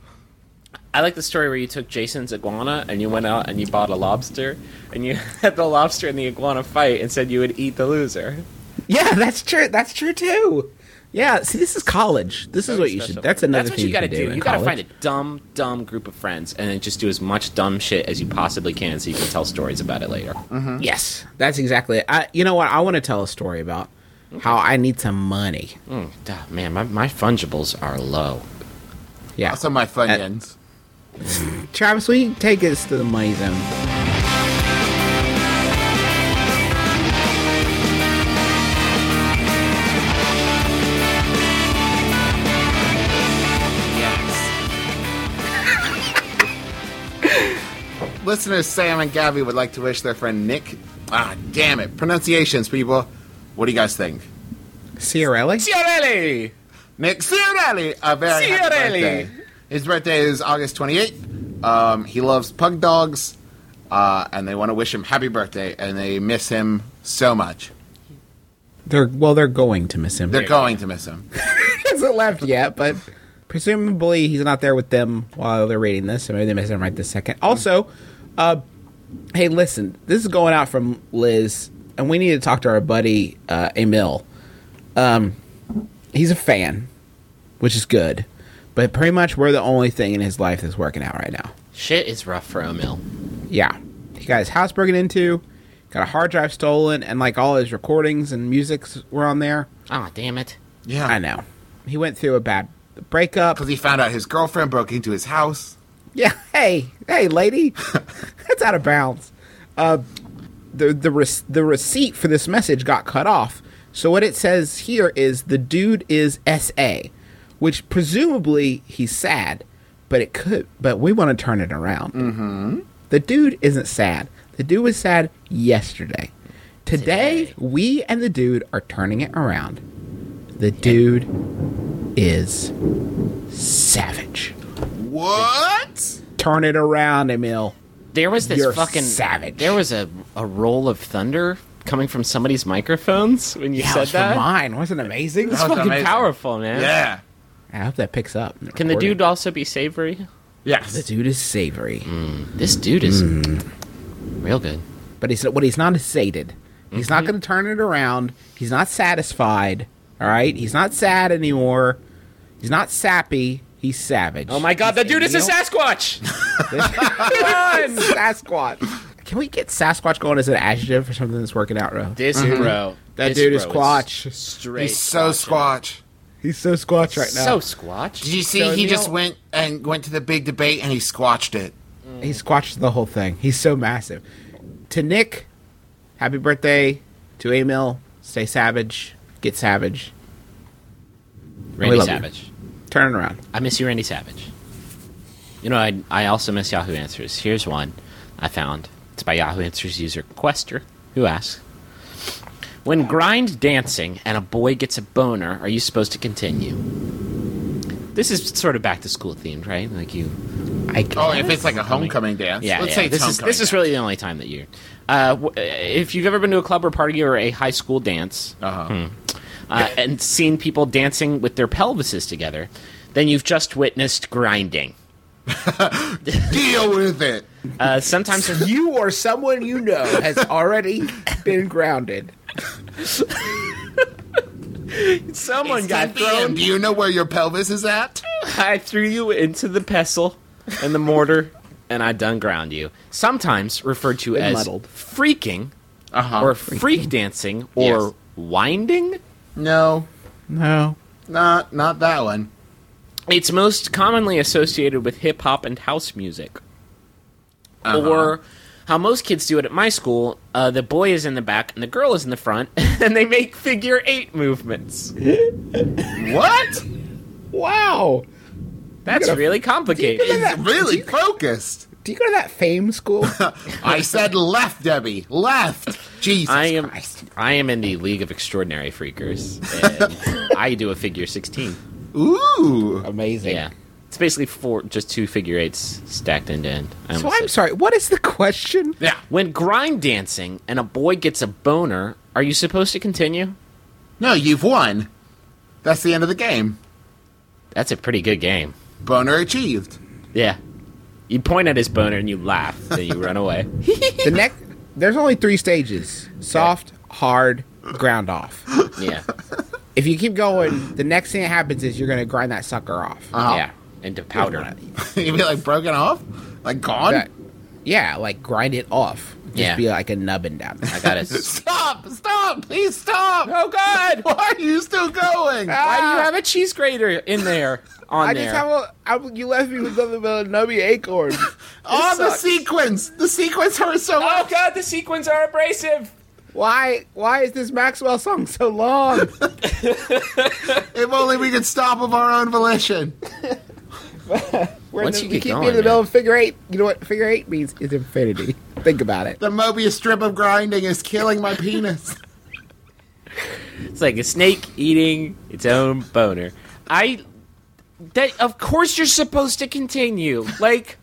I like the story where you took Jason's iguana and you went out and you bought a lobster and you <laughs> had the lobster and the iguana fight and said you would eat the loser.
Yeah, that's true. That's true too. Yeah. See, this is college. This is what you
Special.
should. That's another
That's what
thing
you gotta
can
do.
in
You gotta
college.
find a dumb, dumb group of friends and then just do as much dumb shit as you possibly can so you can tell stories about it later.
Mm. Yes, that's exactly it. I, you know what? I want to tell a story about how I need some money.
Mm, duh, man, my, my fungibles are low.
Yeah.
Also, my Funyuns.
Travis, will you take us to the money zone?
Listeners Sam and Gabby would like to wish their friend Nick. Ah, damn it. Pronunciations, people. What do you guys think?
Ciarelli?
Ciarelli!
Nick Ciarelli, a very happy
Ciarelli.
birthday. His birthday is August 28th. Um, he loves pug dogs, uh, and they want to wish him happy birthday, and they miss him so much.
They're well, they're going to miss him.
They're going to miss him.
he hasn't left yet, but presumably he's not there with them while they're reading this, so maybe they miss him right this second. Also, uh, hey, listen, this is going out from Liz, and we need to talk to our buddy uh, Emil. Um, he's a fan, which is good, but pretty much we're the only thing in his life that's working out right now.
Shit is rough for Emil.
Yeah, he got his house broken into, got a hard drive stolen, and like all his recordings and musics were on there.
Oh, damn it.
Yeah,
I know. He went through a bad breakup.
Because he found out his girlfriend broke into his house.
Yeah. Hey, hey, <laughs> lady, that's out of bounds. Uh, the the re- the receipt for this message got cut off. So what it says here is the dude is SA, which presumably he's sad, but it could. But we want to turn it around. Mm-hmm. The dude isn't sad. The dude was sad yesterday. Today, we and the dude are turning it around. The dude is savage
What?
turn it around, Emil.
There was this
You're
fucking
savage.
There was a a roll of thunder coming from somebody's microphones when you
Yeah, it
said
was
that.
from mine. Wasn't it amazing?
It's fucking
amazing.
powerful, man.
Yeah.
I hope that picks up.
Can the dude also be savory?
The
Yes.
dude is savory,
This dude is
Hmm.
real good.
but he's what he's not is sated. He's not going to turn it around. He's not satisfied. All right, he's not sad anymore. He's not sappy. He's savage. <laughs>
Oh my god, the dude is a
Emil?
Sasquatch!
Sasquatch. Can we get Sasquatch going as an adjective for something that's working out, bro?
This bro.
Mm-hmm. That
this
dude
bro
is Squatch.
Straight.
He's so squatch.
He's so Squatch right now.
So Squatch.
Did you see?
So
he
Neil-
just went and went to the big debate and he squatched it.
He squashed the whole thing. He's so massive. To Nick, happy birthday. To Emil, stay savage. Get savage.
Randy
love you.
Savage.
Turn it around.
I miss you, Randy Savage. You know, I, I also miss Yahoo Answers. Here's one I found. It's by Yahoo Answers user Quester, who asks When grind dancing and a boy gets a boner, are you supposed to continue? This is sort of back to school themed, right? Like you.
I guess.
Oh, if it's like a homecoming dance.
Yeah,
Let's
yeah.
say it's
this is
homecoming.
this is really the only time that you. Uh, w- if you've ever been to a club or party or a high school dance,
Uh-huh.
uh, and seen people dancing with their pelvises together, then you've just witnessed grinding.
Deal with it.
Uh,
<laughs>
sometimes there's-
you or someone you know has already been grounded.
someone
It's
got
10 p.m.
thrown. <laughs>
Do you know where your pelvis is at?
I threw you into the pestle and the mortar, and I done ground you. Sometimes referred to as
muddled.
freaking
Uh-huh.
or freak dancing or
Yes.
winding.
No,
No.
not not that one.
It's most commonly associated with hip hop and house music.
Uh-huh.
Or how most kids do it at my school uh, the boy is in the back and the girl is in the front, <laughs> and they make figure eight movements.
What?
Wow.
That's really complicated.
It's
<laughs>
really focused.
Do you go to that fame school?
I said left, Debbie. Left. Jesus.
I am
Christ.
I am in the League of Extraordinary Freakers,
<laughs>
and I do a figure 16.
Ooh.
<laughs> Amazing.
Yeah. It's basically four, just two figure eights stacked end to end. I
So
almost
I'm
said-
sorry. What is the question?
Yeah.
When grind dancing and a boy gets a boner, are you supposed to continue?
No, you've won. That's the end of the game.
That's a pretty good game.
Boner achieved. <laughs>
Yeah. You point at his boner and you laugh, then you run
<laughs>
away.
The next. There's only three stages: soft, hard, ground off.
Yeah.
If you keep going, the next thing that happens is you're going to grind that sucker off.
Yeah.
Oh.
Into powder.
You'd be like broken off, like gone.
that- yeah, like grind it off. Just
Yeah.
be like a nubbin down there.
I <laughs>
<laughs>
got it.
Stop! Stop! Please stop!
oh, God!
<laughs>
Ah,
Why are you still going?
Why do you have a cheese grater in there? On
Ah! I
there.
just have a. I, you left me with nothing but a nubby acorn.
<laughs>
All the
sucks.
sequence. The sequence hurts so
oh,
much.
God, the sequins are abrasive!
why? Why is this Maxwell song so
<laughs>
long?
If only we could stop of our own volition.
We're in
Once
the-
you
we
get
keep
going,
being in the middle
man.
of figure eight. You know what figure eight means? Is infinity. Think about it.
The Mobius strip of grinding is killing my penis.
It's like a snake eating its own boner. I that of course you're supposed to continue. Like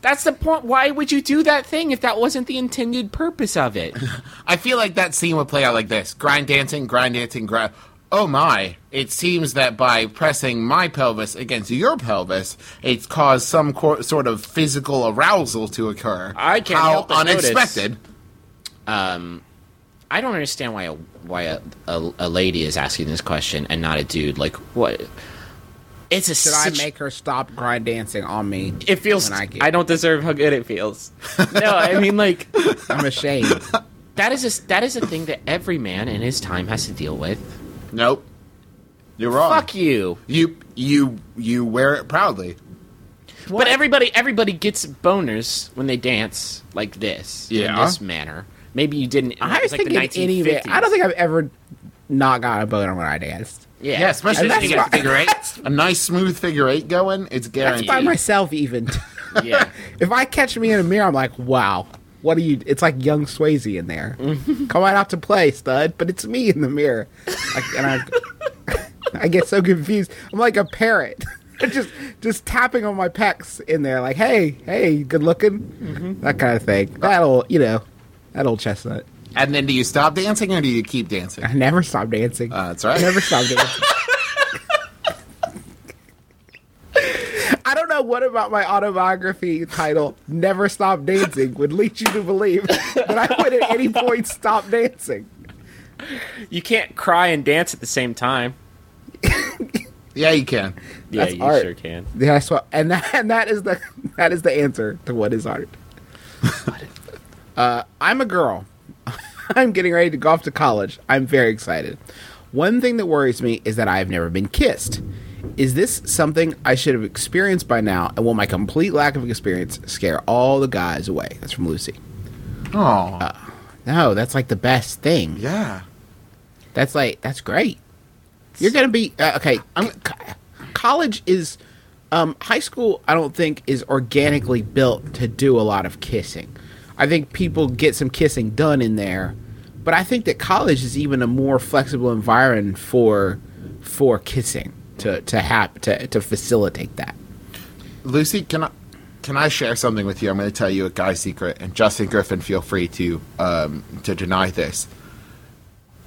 that's the point. Why would you do that thing if that wasn't the intended purpose of it?
I feel like that scene would play out like this: grind dancing, grind dancing, grind. Oh my! It seems that by pressing my pelvis against your pelvis, it's caused some co- sort of physical arousal to occur.
I can't
How
help but notice-
unexpected!
I don't understand why a why a, a, a lady is asking this question and not a dude. Like what? It's a
Should
such-
I make her stop grind dancing on me?
It feels.
when
I,
I get- <laughs>
don't deserve how good it feels. No, <laughs> I mean like
I'm ashamed.
That is a that is a thing that every man in his time has to deal with.
Nope. You're
Oh.
wrong.
Fuck you.
You you you wear it proudly.
But everybody everybody gets boners when they dance like this. In
Yeah.
this manner. Maybe you didn't.
I
was
think
like
in
the
any
1950s.
event, I don't think I've ever not got a boner when I danced.
Yeah.
Yeah, especially if
And
you
that's
get a figure eight, a nice smooth figure eight going. It's guaranteed.
By myself,
<laughs>
even.
<laughs> yeah.
if I catch me in a mirror, I'm like, wow, what are you? It's like young Swayze in there. Come on out to play, stud, but it's me in the mirror. Like, and I, <laughs> I get so confused. I'm like a parrot. <laughs> just just tapping on my pecs in there, like, hey, hey, good looking, that kind of thing. That old, you know, that old chestnut.
and then do you stop dancing or do you keep dancing?
I never stop dancing.
Uh, that's right.
I never stopped
<laughs>
dancing. I don't know what about my autobiography title, Never Stop Dancing, would lead you to believe that I would at any point stop dancing.
You can't cry and dance at the same time.
Yeah, you can.
Yeah,
That's
you
art.
sure can.
Yeah, so, and that and that is the <laughs> that is the answer to what is art. uh, I'm a girl. <laughs> I'm getting ready to go off to college. I'm very excited. One thing that worries me is that I have never been kissed. Is this something I should have experienced by now? And will my complete lack of experience scare all the guys away? That's from Lucy.
Oh,
No, that's like the best thing.
yeah.
That's like that's great. You're gonna be uh, okay. I'm, co- college is, um, high school. I don't think is organically built to do a lot of kissing. I think people get some kissing done in there, but I think that college is even a more flexible environment for for kissing to to hap to to facilitate that.
Lucy, can I can I share something with you? I'm going to tell you a guy secret, and Justin Griffin, feel free to um, to deny this.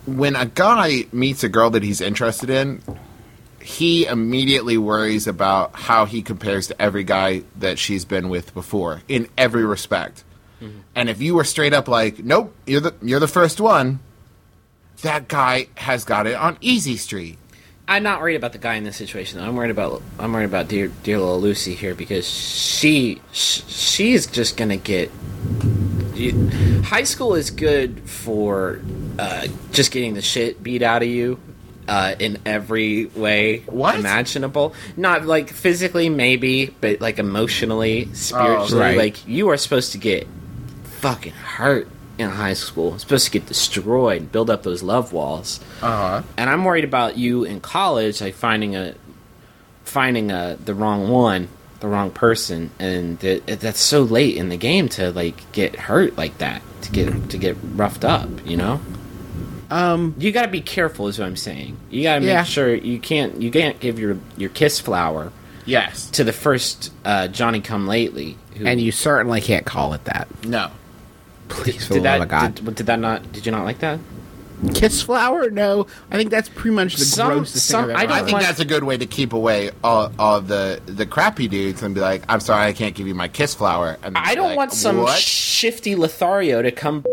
When a guy meets a girl that he's interested in, he immediately worries about how he compares to every guy that she's been with before in every respect. And if you were straight up like, "Nope, you're the you're the first one," that guy has got it on easy street.
I'm not worried about the guy in this situation. Though. I'm worried about I'm worried about dear dear little Lucy here because she sh- she's just gonna get. You, high school is good for uh, just getting the shit beat out of you uh, in every way
What?
imaginable. Not like physically, maybe, but like emotionally, spiritually.
right.
Like you are supposed to get fucking hurt in high school. It's supposed to get destroyed, build up those love walls.
Uh huh.
And I'm worried about you in college, like finding a finding a the wrong one, the wrong person, and th- that's so late in the game to like get hurt like that, to get to get roughed up, you know. Um, you got to be careful, is what I'm saying. You got to make
Yeah.
sure you can't you can't give your your kiss flower
Yes.
to the first uh, Johnny Come Lately. Who,
And you certainly can't call it that.
No.
Please, for the
did
love of
that
God,
did, did that not did you not like that?
kiss flower? No, I think that's pretty much the
Some-
grossest
some-
thing
I
I've ever
don't
I
heard.
think
Like-
that's a good way to keep away all, all the the crappy dudes and be like, I'm sorry, I can't give you my kiss flower. And
I
be
don't
like,
want some
What?
shifty Lothario to come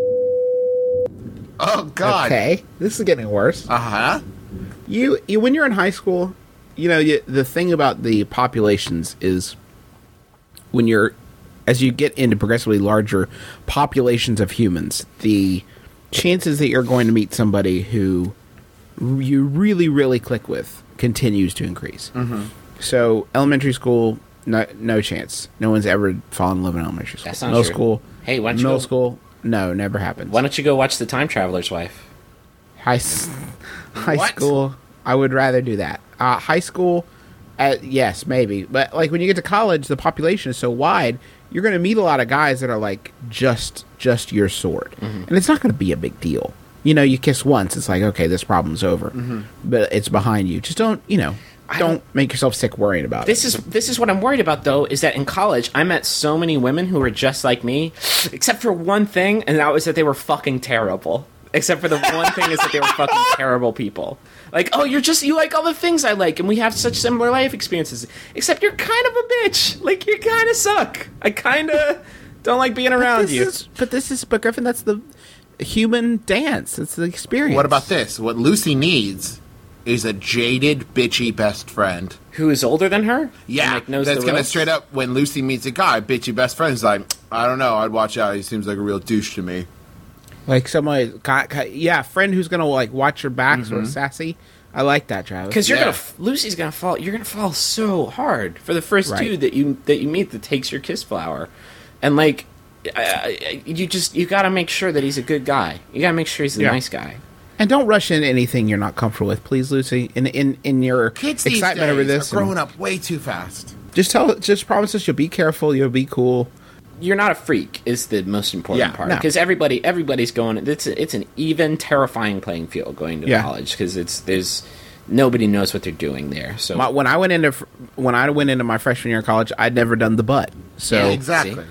oh God.
Okay, this is getting worse.
Uh huh.
you, you when you're in high school, you know you, the thing about the populations is when you're as you get into progressively larger populations of humans, the chances that you're going to meet somebody who you really really click with continues to increase.
Mm-hmm.
So elementary school, no, no chance. No one's ever fallen in love in elementary school.
That's not
middle
true.
school,
Hey, why don't you
middle
go-
school, no, never happened.
Why don't you go watch The Time Traveler's Wife?
High, s- high
What?
school. I would rather do that. Uh, high school, uh, yes, maybe. But like when you get to college, the population is so wide, you're going to meet a lot of guys that are like just just your sort, and it's not going to be a big deal. You know, you kiss once, it's like okay, this problem's over, but it's behind you. Just don't, you know, don't, make yourself sick worrying about
This is this is what I'm worried about though, is that in college I met so many women who were just like me, except for one thing, and that was that they were fucking terrible. Except for the one thing is that they were
<laughs>
fucking terrible people. Like, oh, you're just you like all the things I like, and we have such similar life experiences. Except you're kind of a bitch. Like you kind of suck. I kind of don't like being
it.
around
This
you.
is- but this is, but Griffin, that's the human dance. It's the experience.
What about this? What Lucy needs is a jaded, bitchy best friend.
Who is older than her?
Yeah,
And, like, knows
that's
the
gonna
ropes?
straight up when Lucy meets a guy, bitchy best friend's like, I don't know, I'd watch out. He seems like a real douche to me.
Like someone, ca- ca- yeah, a friend who's gonna like watch your back, sort
Mm-hmm.
of sassy. I like that, Travis.
Because you're
Yeah.
gonna Lucy's gonna fall. You're gonna fall so hard for the first
Right.
dude that you that you meet that takes your kiss flower, and like, I, I, you just you gotta make sure that he's a good guy. You gotta make sure he's a
Yeah.
nice guy.
and don't rush into anything you're not comfortable with, please, Lucy. In in in your
Kids these
excitement over
days
this,
are
and
growing up way too fast.
just tell, just promise us you'll be careful, you'll be cool.
You're not a freak is the most important
Yeah,
part
no.
because everybody everybody's going. It's it's an even terrifying playing field going to
Yeah.
college because it's there's nobody knows what they're doing there. So
My, when I went into fr- when I went into my freshman year of college, I'd never done the
<laughs>
butt. So
Yeah,
Exactly.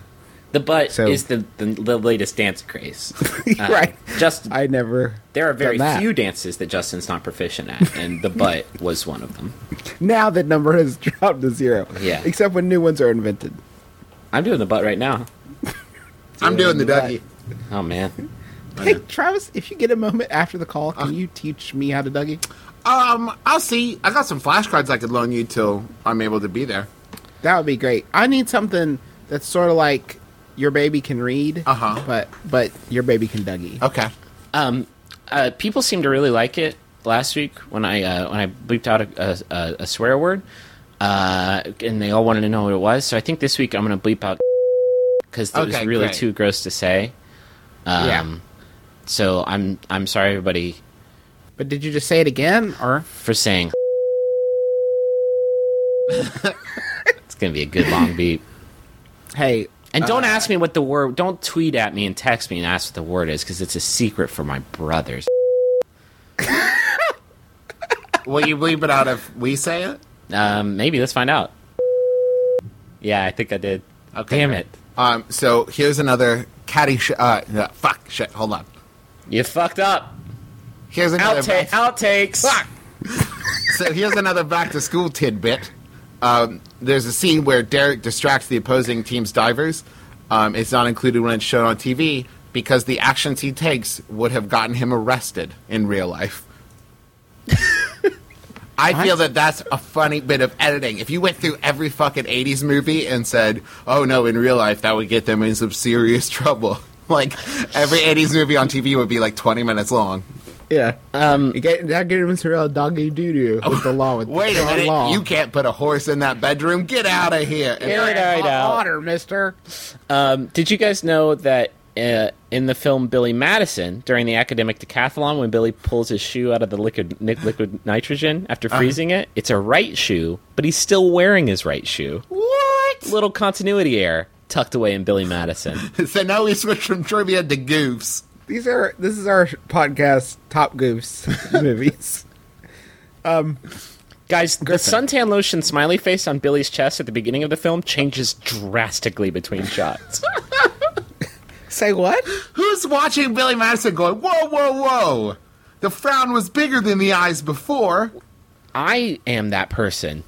the butt
so-
is the, the the latest dance craze. Uh,
<laughs> right,
Just
I never.
There are
done
very
that.
few dances that Justin's not proficient at, and the butt was one of them.
Now that number has <laughs> dropped to zero.
Yeah.
except when new ones are invented.
I'm doing the butt right now.
I'm doing the Dougie.
Oh man,
Hey, Travis, if you get a moment after the call,
Uh.
can you teach me how to Dougie?
Um, I'll see. I got some flashcards I could loan you till I'm able to be there.
That would be great. I need something that's sort of like your baby can read,
Uh-huh.
but but your baby can Dougie.
Okay.
um, uh, people seem to really like it last week when I uh, when I bleeped out a, a, a swear word, uh, and they all wanted to know what it was. So I think this week I'm going to bleep out because it was
Okay,
really
great.
too gross to say. Um,
Yeah.
So I'm I'm sorry everybody
But did you just say it again, or
<laughs>
for saying. it's going to be a good long beep.
hey?
And don't ask me what the word. Don't tweet at me and text me and ask what the word is because it's a secret for my brothers.
Will you bleep it out if we say it?
Um, maybe let's find out. Yeah, I think I did.
Okay,
Damn
great.
it!
Um, so here's another catty sh- uh, no, fuck, shit, hold on.
You fucked up.
Here's another,
Outtake, outtakes. Fuck.
so here's another back to school tidbit. Um, there's a scene where Derek distracts the opposing team's divers. Um, it's not included when it's shown on TV because the actions he takes would have gotten him arrested in real life. I feel that that's a funny bit of editing. If you went through every fucking 80s movie and said, oh no, in real life, that would get them in some serious <laughs> trouble. Like, every 80s movie on TV would be like 20 minutes long.
Yeah, um, you get that get into real doggy doo doo with the law. With
Oh, Wait a
the
minute!
law.
You can't put a horse in that bedroom. Get out of here!
Get it out.
water, Mister.
Um, did you guys know that uh, in the film Billy Madison during the academic decathlon, when Billy pulls his shoe out of the liquid ni- liquid nitrogen after freezing it, it's a right shoe, but he's still wearing his right shoe.
What? <laughs>
Little continuity error tucked away in Billy Madison.
So now we switch from trivia to goofs.
These are this is our podcast top <laughs> goofs movies.
Guys, the suntan lotion smiley face on Billy's chest at the beginning of the film changes drastically between shots.
Say what?
Who's watching Billy Madison going? Whoa, whoa, whoa! The frown was bigger than the eyes before.
I am that person.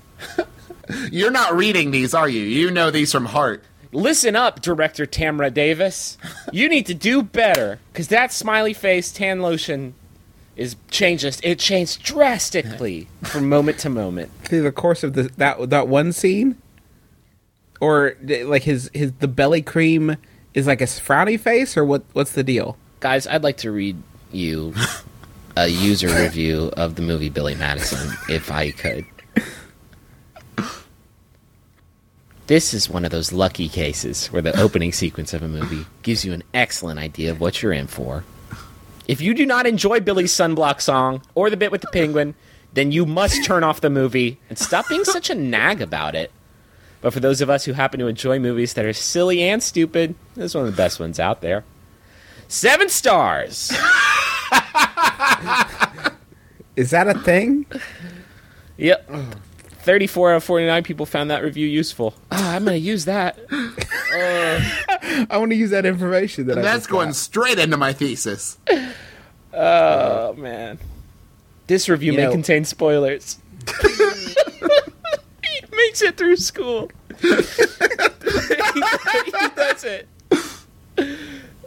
You're not reading these, are you? You know these from heart.
Listen up, director Tamra Davis. You need to do better cuz that smiley face tan lotion is changes it changed drastically from moment to moment.
Through the course of the that that one scene, or th- like his his the belly cream is like a frowny face, or what? What's the deal?
Guys, I'd like to read you a user review of the movie Billy Madison, if I could. This is one of those lucky cases where the opening sequence of a movie gives you an excellent idea of what you're in for. If you do not enjoy Billy's Sunblock song or the bit with the penguin, then you must turn off the movie and stop being such a nag about it. But for those of us who happen to enjoy movies that are silly and stupid, this is one of the best ones out there. Seven stars.
Is that a thing?
Yep. 34 out of 49 people found that review useful. <laughs> I'm going to use that.
Uh, I want to use that information. That I
That's
just
going
got.
straight into my thesis.
Oh, man. This review
You
may
know-
contain <laughs> spoilers. he makes it through school. he does it.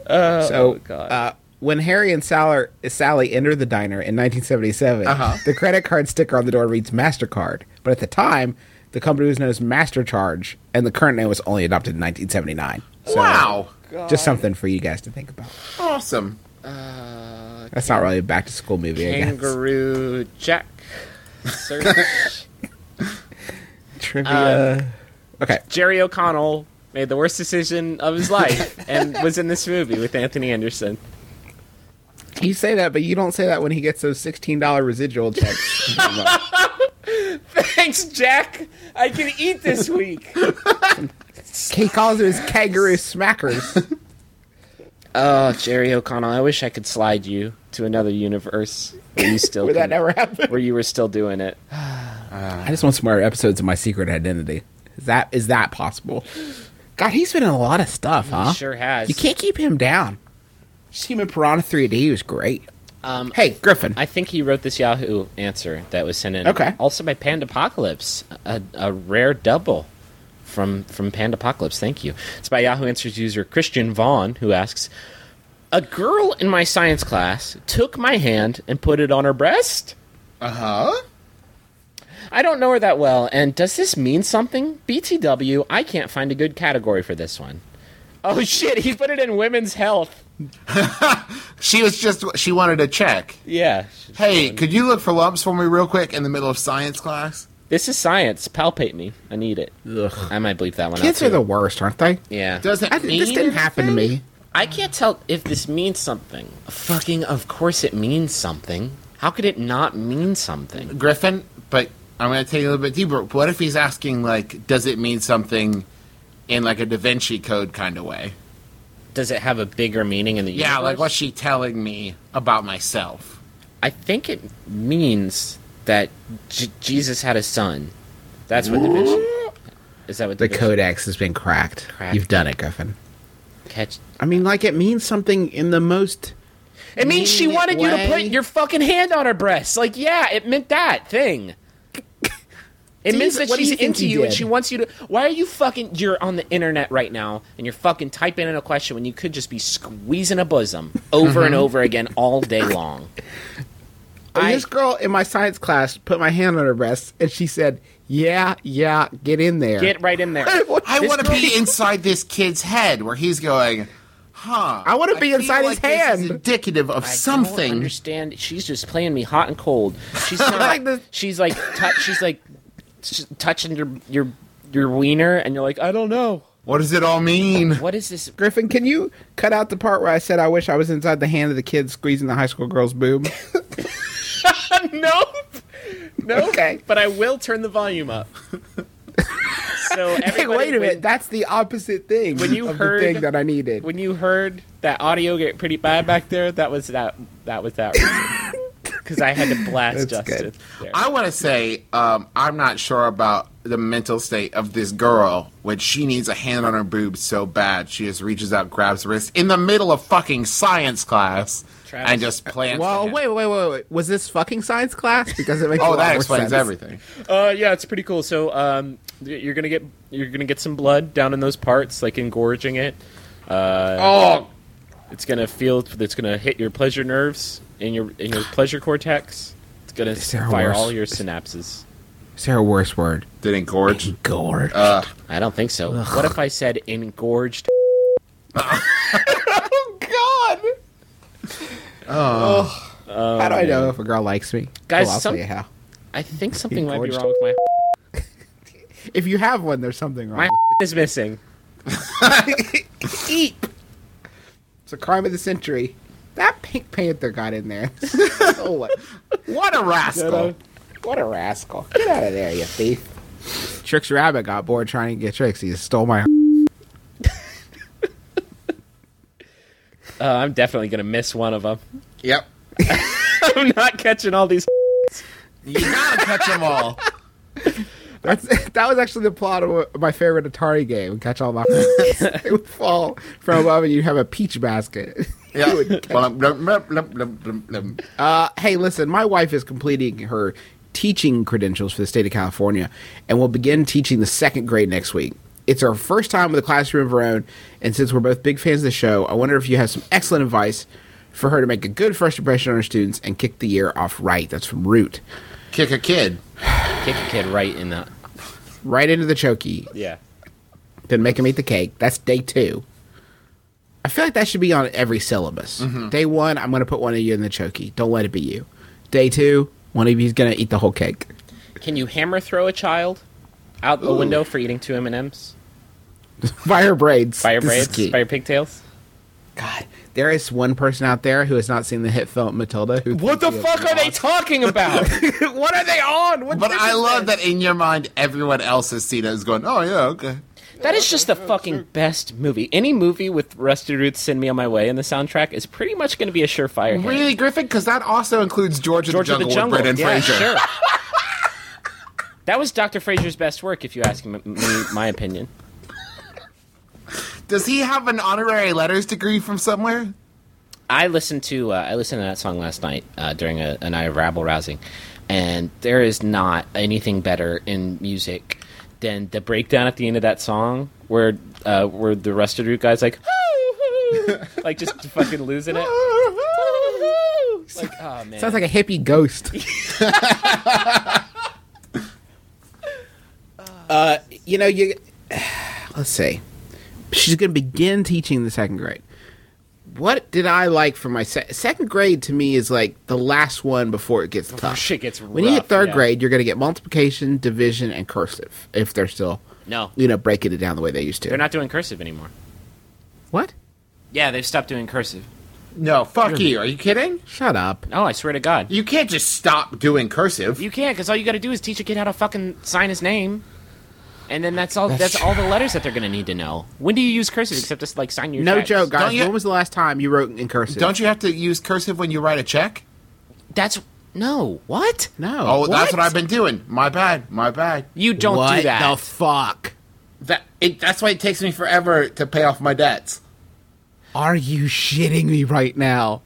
So,
God.
Uh, when Harry and Sally, Sally enter the diner in 1977,
Uh-huh.
the credit card sticker on the door reads Mastercard, but at the time, the company was known as MasterCharge, and the current name was only adopted in 1979. So,
wow!
Just something for you guys to think about.
Awesome.
Uh,
That's not really a back to school movie. I guess.
kangaroo Jack. Search. Uh,
Trivia. okay.
<laughs> Jerry O'Connell made the worst decision of his life and was in this movie with Anthony Anderson.
You say that, but you don't say that when he gets those sixteen dollar residual checks
Thanks, Jack. I can eat this week.
<laughs> he calls those kangaroo smackers.
Oh, Jerry O'Connell, I wish I could slide you to another universe where you
<laughs>
still
Where that
can-
never happened.
where you were still doing it.
I just want some more episodes of My Secret Identity. Is that is that possible? God, he's been in a lot of stuff, huh?
sure has.
You can't keep him down. See him in Piranha 3D. He was great.
Um,
Hey, Griffin.
I think he wrote this Yahoo answer that was sent in.
Okay.
Also by Pandapocalypse, a, a rare double from from Pandapocalypse. Thank you. It's by Yahoo Answers user Christian Vaughn who asks, "A girl in my science class took my hand and put it on her breast.
Uh huh.
I don't know her that well, and does this mean something? BTW, I can't find a good category for this one. Oh shit, he put it in women's health.
She was just she wanted a check.
Yeah.
Hey, could you look for lumps for me real quick in the middle of science class?
This is science. Palpate me. I need it.
Ugh.
I might bleep that one
Kids
out.
are
too.
the worst, aren't they?
Yeah.
Doesn't
I, this
mean
didn't happen to me.
I can't tell if this means something. Fucking, of course it means something. How could it not mean something?
Griffin, but I'm going to take you a little bit deeper. What if he's asking, like, does it mean something in, like, a Da Vinci Code kind of way?
Does it have a bigger meaning in the
Yeah,
universe?
like, what's she telling me about myself?
I think it means that J- Jesus had a son. That's what the vision. Is that what
The
the, vision-
codex has been cracked.
Cracked.
You've done it, Griffin.
catch?
I mean, like it means something in the most.
It means she
Mean it
wanted you to put
way.
your fucking hand on her breast. Like, yeah, it meant that thing. It
Do you
means
th-
that
what do
she's
you think
into
he
you and
did?
she wants you to. Why are you fucking? You're on the internet right now and you're fucking typing in a question when you could just be squeezing a bosom over
Mm-hmm.
and over again all day long. I-
this girl in my science class put my hand on her breast and she said, "Yeah, yeah, get in there." <laughs>
Get right in there.
I
This
want to
girl-
be inside this kid's head where he's going, huh.
I wanna be
feel
inside his
like this is
hand."
indicative of
I Don't
something.
understand? She's just playing me hot and cold.
<laughs>
She's not.
Like this-
she's like. T- she's like. s touching your your your wiener, and you're like, I don't know.
What does it all mean?
What
<laughs>
is this?
Griffin, can you cut out the part where I said I wish I was inside the hand of the kid squeezing the high school girl's
<laughs>
boob?
Nope. Nope.
Okay.
But I will turn the
<laughs>
volume up. so
hey,
everybody,
wait a
when-
minute. That's the opposite thing
When you
of
heard-
the thing that I needed.
When you heard that audio get pretty bad back there, that was that. That was that.
<laughs>
Because I had to blast
That's
Justin.
good.
there.
I want to say um, I'm not sure about the mental state of this girl when she needs a hand on her boob so bad she just reaches out, grabs her wrist in the middle of fucking science class,
Travis.
and just plants.
well,
it.
wait, wait, wait, wait. Was this fucking science class? Because it makes a
Oh,
lot
that
more
explains
sense.
everything.
Uh, yeah, it's pretty cool. So, um, y- you're gonna get you're gonna get some blood down in those parts, like engorging it. Uh,
Oh,
It's gonna feel. It's gonna hit your pleasure nerves in your in your pleasure cortex. It's gonna
there a
fire
worse-
all your synapses.
Is there a worse word?
did engorge.
<laughs> Gorge.
I don't think so. What if I said engorged?
Oh. how do I know if a girl likes me?
Oh, Guys,
well, I'll
some-
tell you how.
I think something might be
Engorged.
wrong with my
If you have one, there's something
my <laughs>
wrong.
is missing.
Eep. It's a crime of the century. That Pink Panther got in there. <laughs> oh, what?
What a rascal!
What a rascal. Get out of there, you thief. Trix Rabbit got bored trying to get Trix. He stole my. <laughs>
Uh, I'm definitely gonna miss one of them.
Yep,
<laughs> I'm not catching all these. <laughs>
you gotta catch them all.
That's, that was actually the plot of my favorite Atari game. Catch all my. <laughs> it would fall from above and you'd have a peach basket.
<laughs>
<laughs>
Yeah. Blum, blum, blum, blum, blum, blum, blum.
Uh, hey, listen, my wife is completing her teaching credentials for the state of California and will begin teaching the second grade next week. It's our first time with a classroom of her own, and since we're both big fans of the show, I wonder if you have some excellent advice for her to make a good first impression on her students and kick the year off right. That's from Root.
Kick a kid.
Kick a kid right in the
Right into the chokey.
yeah.
Then make him eat the cake. That's day two. I feel like that should be on every syllabus. Day one, I'm going to put one of you in the chokey. Don't let it be you. Day two, one of you's going to eat the whole cake.
Can you hammer throw a child out the window for eating two M and M's?
Fire braids.
Fire
This is
braids,
key.
fire pigtails.
God, there is one person out there who has not seen the hit film Matilda. Who
What the fuck are they talking about?
<laughs> what are they on? What
But
this
I
is
love
this?
that in your mind, everyone else has seen it is going, oh, yeah, okay.
that is just the fucking best movie. Any movie with Rusty Roots "Send Me on My Way" in the soundtrack is pretty much going to be a surefire hit.
Really, Griffin? Because that also includes George, of
George
the
of the
Jungle,
Jungle.
with Brendan
yeah,
Fraser.
sure. <laughs> that was Dr. Fraser's best work, if you ask m- me my opinion.
Does he have an honorary letters degree from somewhere?
I listened to uh, I listened to that song last night uh, during a, a night of rabble rousing, and there is not anything better in music than the breakdown at the end of that song where uh, where the rusted root guy's like, like just fucking losing it. Like, oh man,
Sounds like a hippie
<laughs>
ghost. <laughs> uh, you know, you. <sighs> Let's see. She's going to begin teaching the second grade. What did I like for my se- second grade? To me, is like the last one before it gets tough.
Oh, shit gets
when you
rough,
hit third
yeah.
grade, you're going to get multiplication, division, and cursive if they're still
no,
you know breaking it down the way they used to.
they're not doing cursive anymore.
What?
Yeah, they've stopped doing cursive.
No, fuck you. Are you kidding?
Shut up.
No, Oh, I swear to God,
You can't just stop doing cursive.
you can't because all you got to do is teach a kid how to fucking sign his name. And then that's all. That's, all the letters that they're gonna need to know. When do you use cursive except just like sign your
No
checks?
joke, guys.
Don't you-
when was the last time you wrote in cursive?
Don't you have to use cursive when you write a check?
That's no. What?
No.
Oh, that's what I've been doing. My bad. My bad.
You don't
what
do that.
The fuck.
That it, that's why it takes me forever to pay off my debts.
Are you shitting me right now?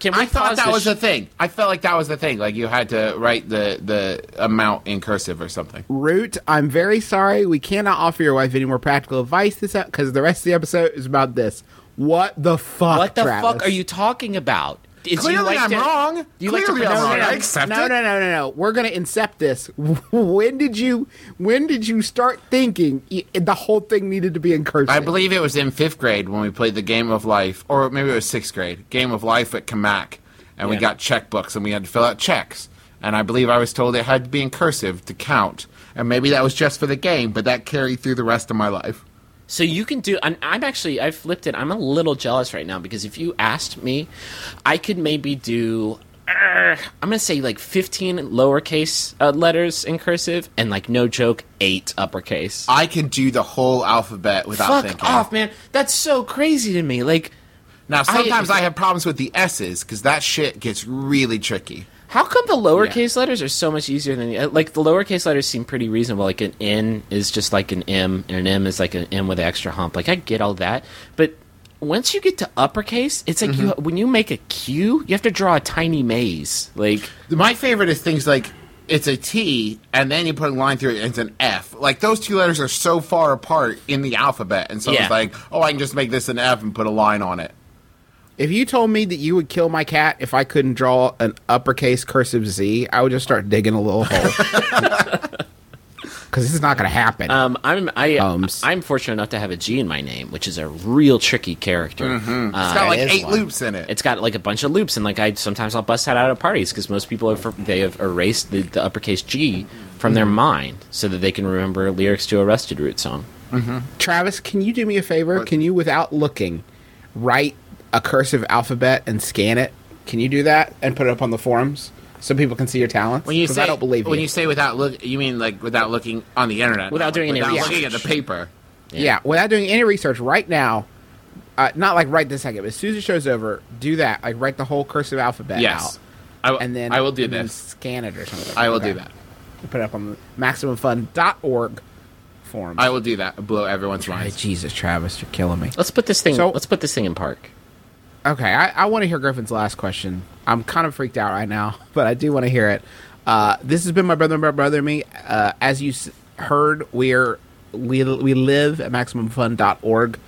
Can we
I thought
pause
that
the
was
sh-
a thing. I felt like that was the thing. Like you had to write the the amount in cursive or something.
Root, I'm very sorry. We cannot offer your wife any more practical advice this up because the rest of the episode is about this. What the fuck?
What the
Travis?
fuck are you talking about? Is you
Clearly,
like
I'm
to-
wrong.
you like to
Clearly, I'm
pronounce
wrong.
it out.
I accept
No,
it.
no, no, no, no. We're gonna incept this. <laughs> when did you? When did you start thinking y- the whole thing needed to be in cursive?
I believe it was in fifth grade when we played the Game of Life, or maybe it was sixth grade, Game of Life at Kamak, and we
Yeah.
got checkbooks and we had to fill out checks. And I believe I was told it had to be in cursive to count. And maybe that was just for the game, but that carried through the rest of my life.
So you can do. And I'm actually. I flipped it. I'm a little jealous right now because if you asked me, I could maybe do. uh, I'm gonna say like 15 lowercase uh, letters in cursive and like no joke eight uppercase.
I could do the whole alphabet without
Fuck
thinking.
off, man. That's so crazy to me. Like.
Now, sometimes
I-
I, have problems with the S's because that shit gets really tricky.
How come the lowercase letters are so much easier than the, uh, like the lowercase letters seem pretty reasonable? Like an N is just like an M, and an M is like an M with an extra hump. Like I get all that, but once you get to uppercase, it's like you
Mm-hmm.
when you make a Q, you have to draw a tiny maze. Like
My favorite is things like it's a T, and then you put a line through it, and it's an F. Like those two letters are so far apart in the alphabet, and so
Yeah.
it's like, oh, I can just make this an F and put a line on it.
If you told me that you would kill my cat if I couldn't draw an uppercase cursive Z, I would just start digging a little
<laughs>
hole. Because this is not going to happen.
Uh,
um, I'm I
Ums.
I'm fortunate enough to have a G in my name, which is a real tricky character.
Mm-hmm.
Uh,
It's got like
is
eight
one.
loops in it.
It's got like a bunch of loops, and like I sometimes I'll bust that out at parties because most people have they have erased the, the uppercase G from their mind so that they can remember lyrics to a Rusted Root song.
Travis, can you do me a favor? Can you, without looking, write a cursive alphabet and scan it? Can you do that and put it up on the forums so people can see your talents?
when you
'Cause
say
I don't believe
when
you.
you say without look, you mean like without looking on the internet,
Without
not,
doing any
like, without
research.
looking at the paper.
yeah. without doing any research right now. Uh, not like right this second, but as soon as the show's over, do that. Like write the whole cursive alphabet out,
Yes, I w-
and then
I will do
and then
this.
Scan it or something.
I will
Okay.
do that.
put it up on the maximumfun.org forum.
I will do that. Blow everyone's minds.
Jesus, Travis, you're killing me.
Let's put this thing.
So-
let's put this thing in park.
Okay, I, I want to hear Griffin's last question. I'm kind of freaked out right now, <laughs> but I do want to hear it. Uh, this has been my brother, my brother, and me. Uh, as you s- heard, we're we, we live at maximumfun.org.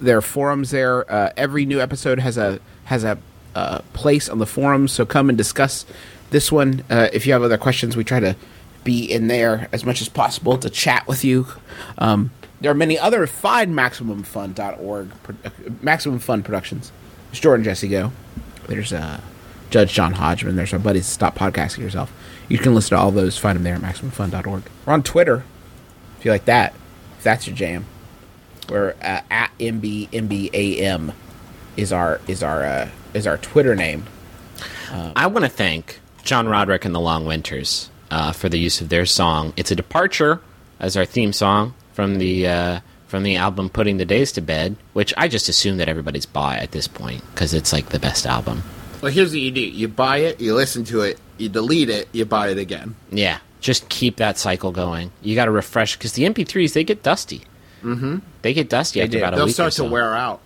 There are forums there. Uh, every new episode has a has a uh, place on the forums. So come and discuss this one. Uh, if you have other questions, we try to be in there as much as possible to chat with you. Um, There are many other fine MaximumFun.org, pro- uh, Maximum Fun Productions. There's Jordan Jesse Go. There's uh, Judge John Hodgman. There's our buddies. Stop podcasting yourself. You can listen to all those. Find them there at MaximumFun.org. We're on Twitter if you like that. If that's your jam, we're uh, at MBMBAM is our is our uh, is our Twitter name.
I want to thank John Roderick and the Long Winters uh, for the use of their song "It's a Departure" as our theme song from the uh, from the album "Putting the Days to Bed," which I just assume that everybody's bought at this point because it's like the best album.
Well, here's what you do: you buy it, you listen to it, you delete it, you buy it again.
Yeah, just keep that cycle going. You got to refresh because the MP3s they get dusty. Mm-hmm. They get dusty after
do.
about a
They'll
week.
start
or so.
to wear out.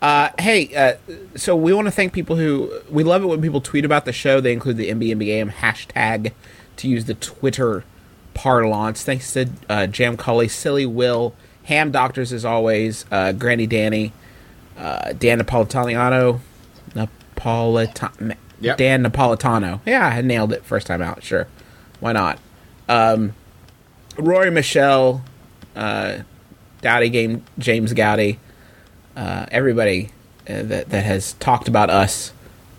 Uh, hey, uh, so we want to thank people who we love it when people tweet about the show. They include the MBMBAM hashtag to use the Twitter parlance. Thanks to uh, Jam Cully, Silly Will, Ham Doctors as always, uh, Granny Danny, uh, Dan Napolitano, Napolitano,
Yep.
Dan Napolitano. Yeah, I nailed it first time out. Sure, why not? Um, Rory Michelle, uh, Dowdy Game James Gowdy everybody uh, that that has talked about us.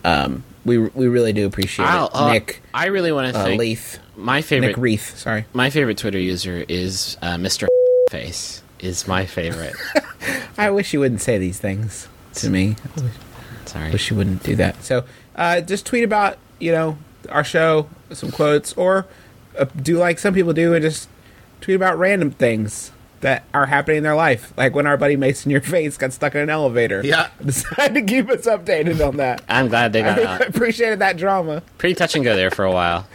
Um, we we really do appreciate
I'll-
it.
uh,
Nick
I really want to
uh,
thank
Leith,
my
Nick
favorite
Reith. Sorry,
my favorite Twitter user is uh, Mr. Face is my favorite.
I wish you wouldn't say these things to me. I
Sorry.
wish you wouldn't do that. So uh, just tweet about you know our show, some quotes, or uh, do like some people do and just tweet about random things. That are happening in their life, like when our buddy Mason Your Face got stuck in an elevator. <laughs>
Yeah.
decided to keep us updated on that.
I'm glad
<laughs>
they got
I
out.
appreciated that drama. <laughs>
Pretty touch and go there for a while.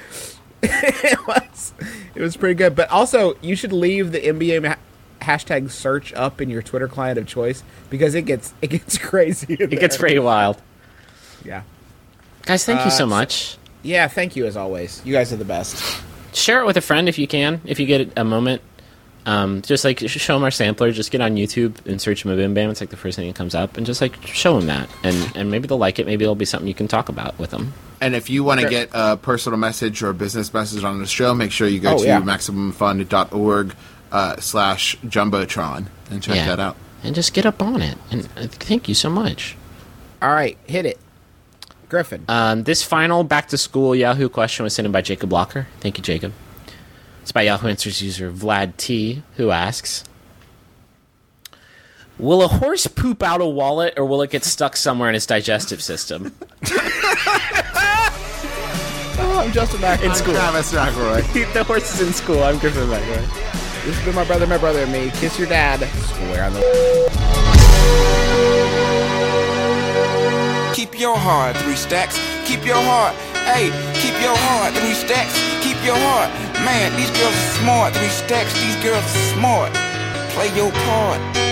it was it was pretty good but also you should leave the nba ma- hashtag search up in your twitter client of choice because it gets it gets <laughs> crazy in
It gets
there.
pretty wild.
yeah
Guys, thank you so much.
yeah thank you as always you guys are the best
Share it with a friend if you can, if you get a moment. Um, just like sh- show them our sampler. Just get on YouTube and search Mabim Bam. It's like the first thing that comes up, and just like show them that, and and maybe they'll like it. Maybe it'll be something you can talk about with them.
And if you want to get a personal message or a business message on the show, make sure you go
Oh,
to
yeah.
maximumfund.org uh, slash jumbotron and check
Yeah.
that out.
and just get up on it. And uh, thank you so much.
all right hit it griffin
Um, this final back to school Yahoo question was sent in by Jacob Locker. Thank you, Jacob. It's by Yahoo Answers user Vlad T, who asks Will a horse poop out a wallet or will it get stuck somewhere in its digestive system? Oh,
i'm justin back
It's cool. Travis McElroy.
<laughs> the horse is in school. I'm Griffin McElroy.
this has been my brother my brother and me kiss your dad swear on the
Keep your heart, three stacks. Keep your heart. Hey, keep your heart, three stacks. Keep your heart. Man, these girls are smart, three stacks. These girls are smart. Play your part.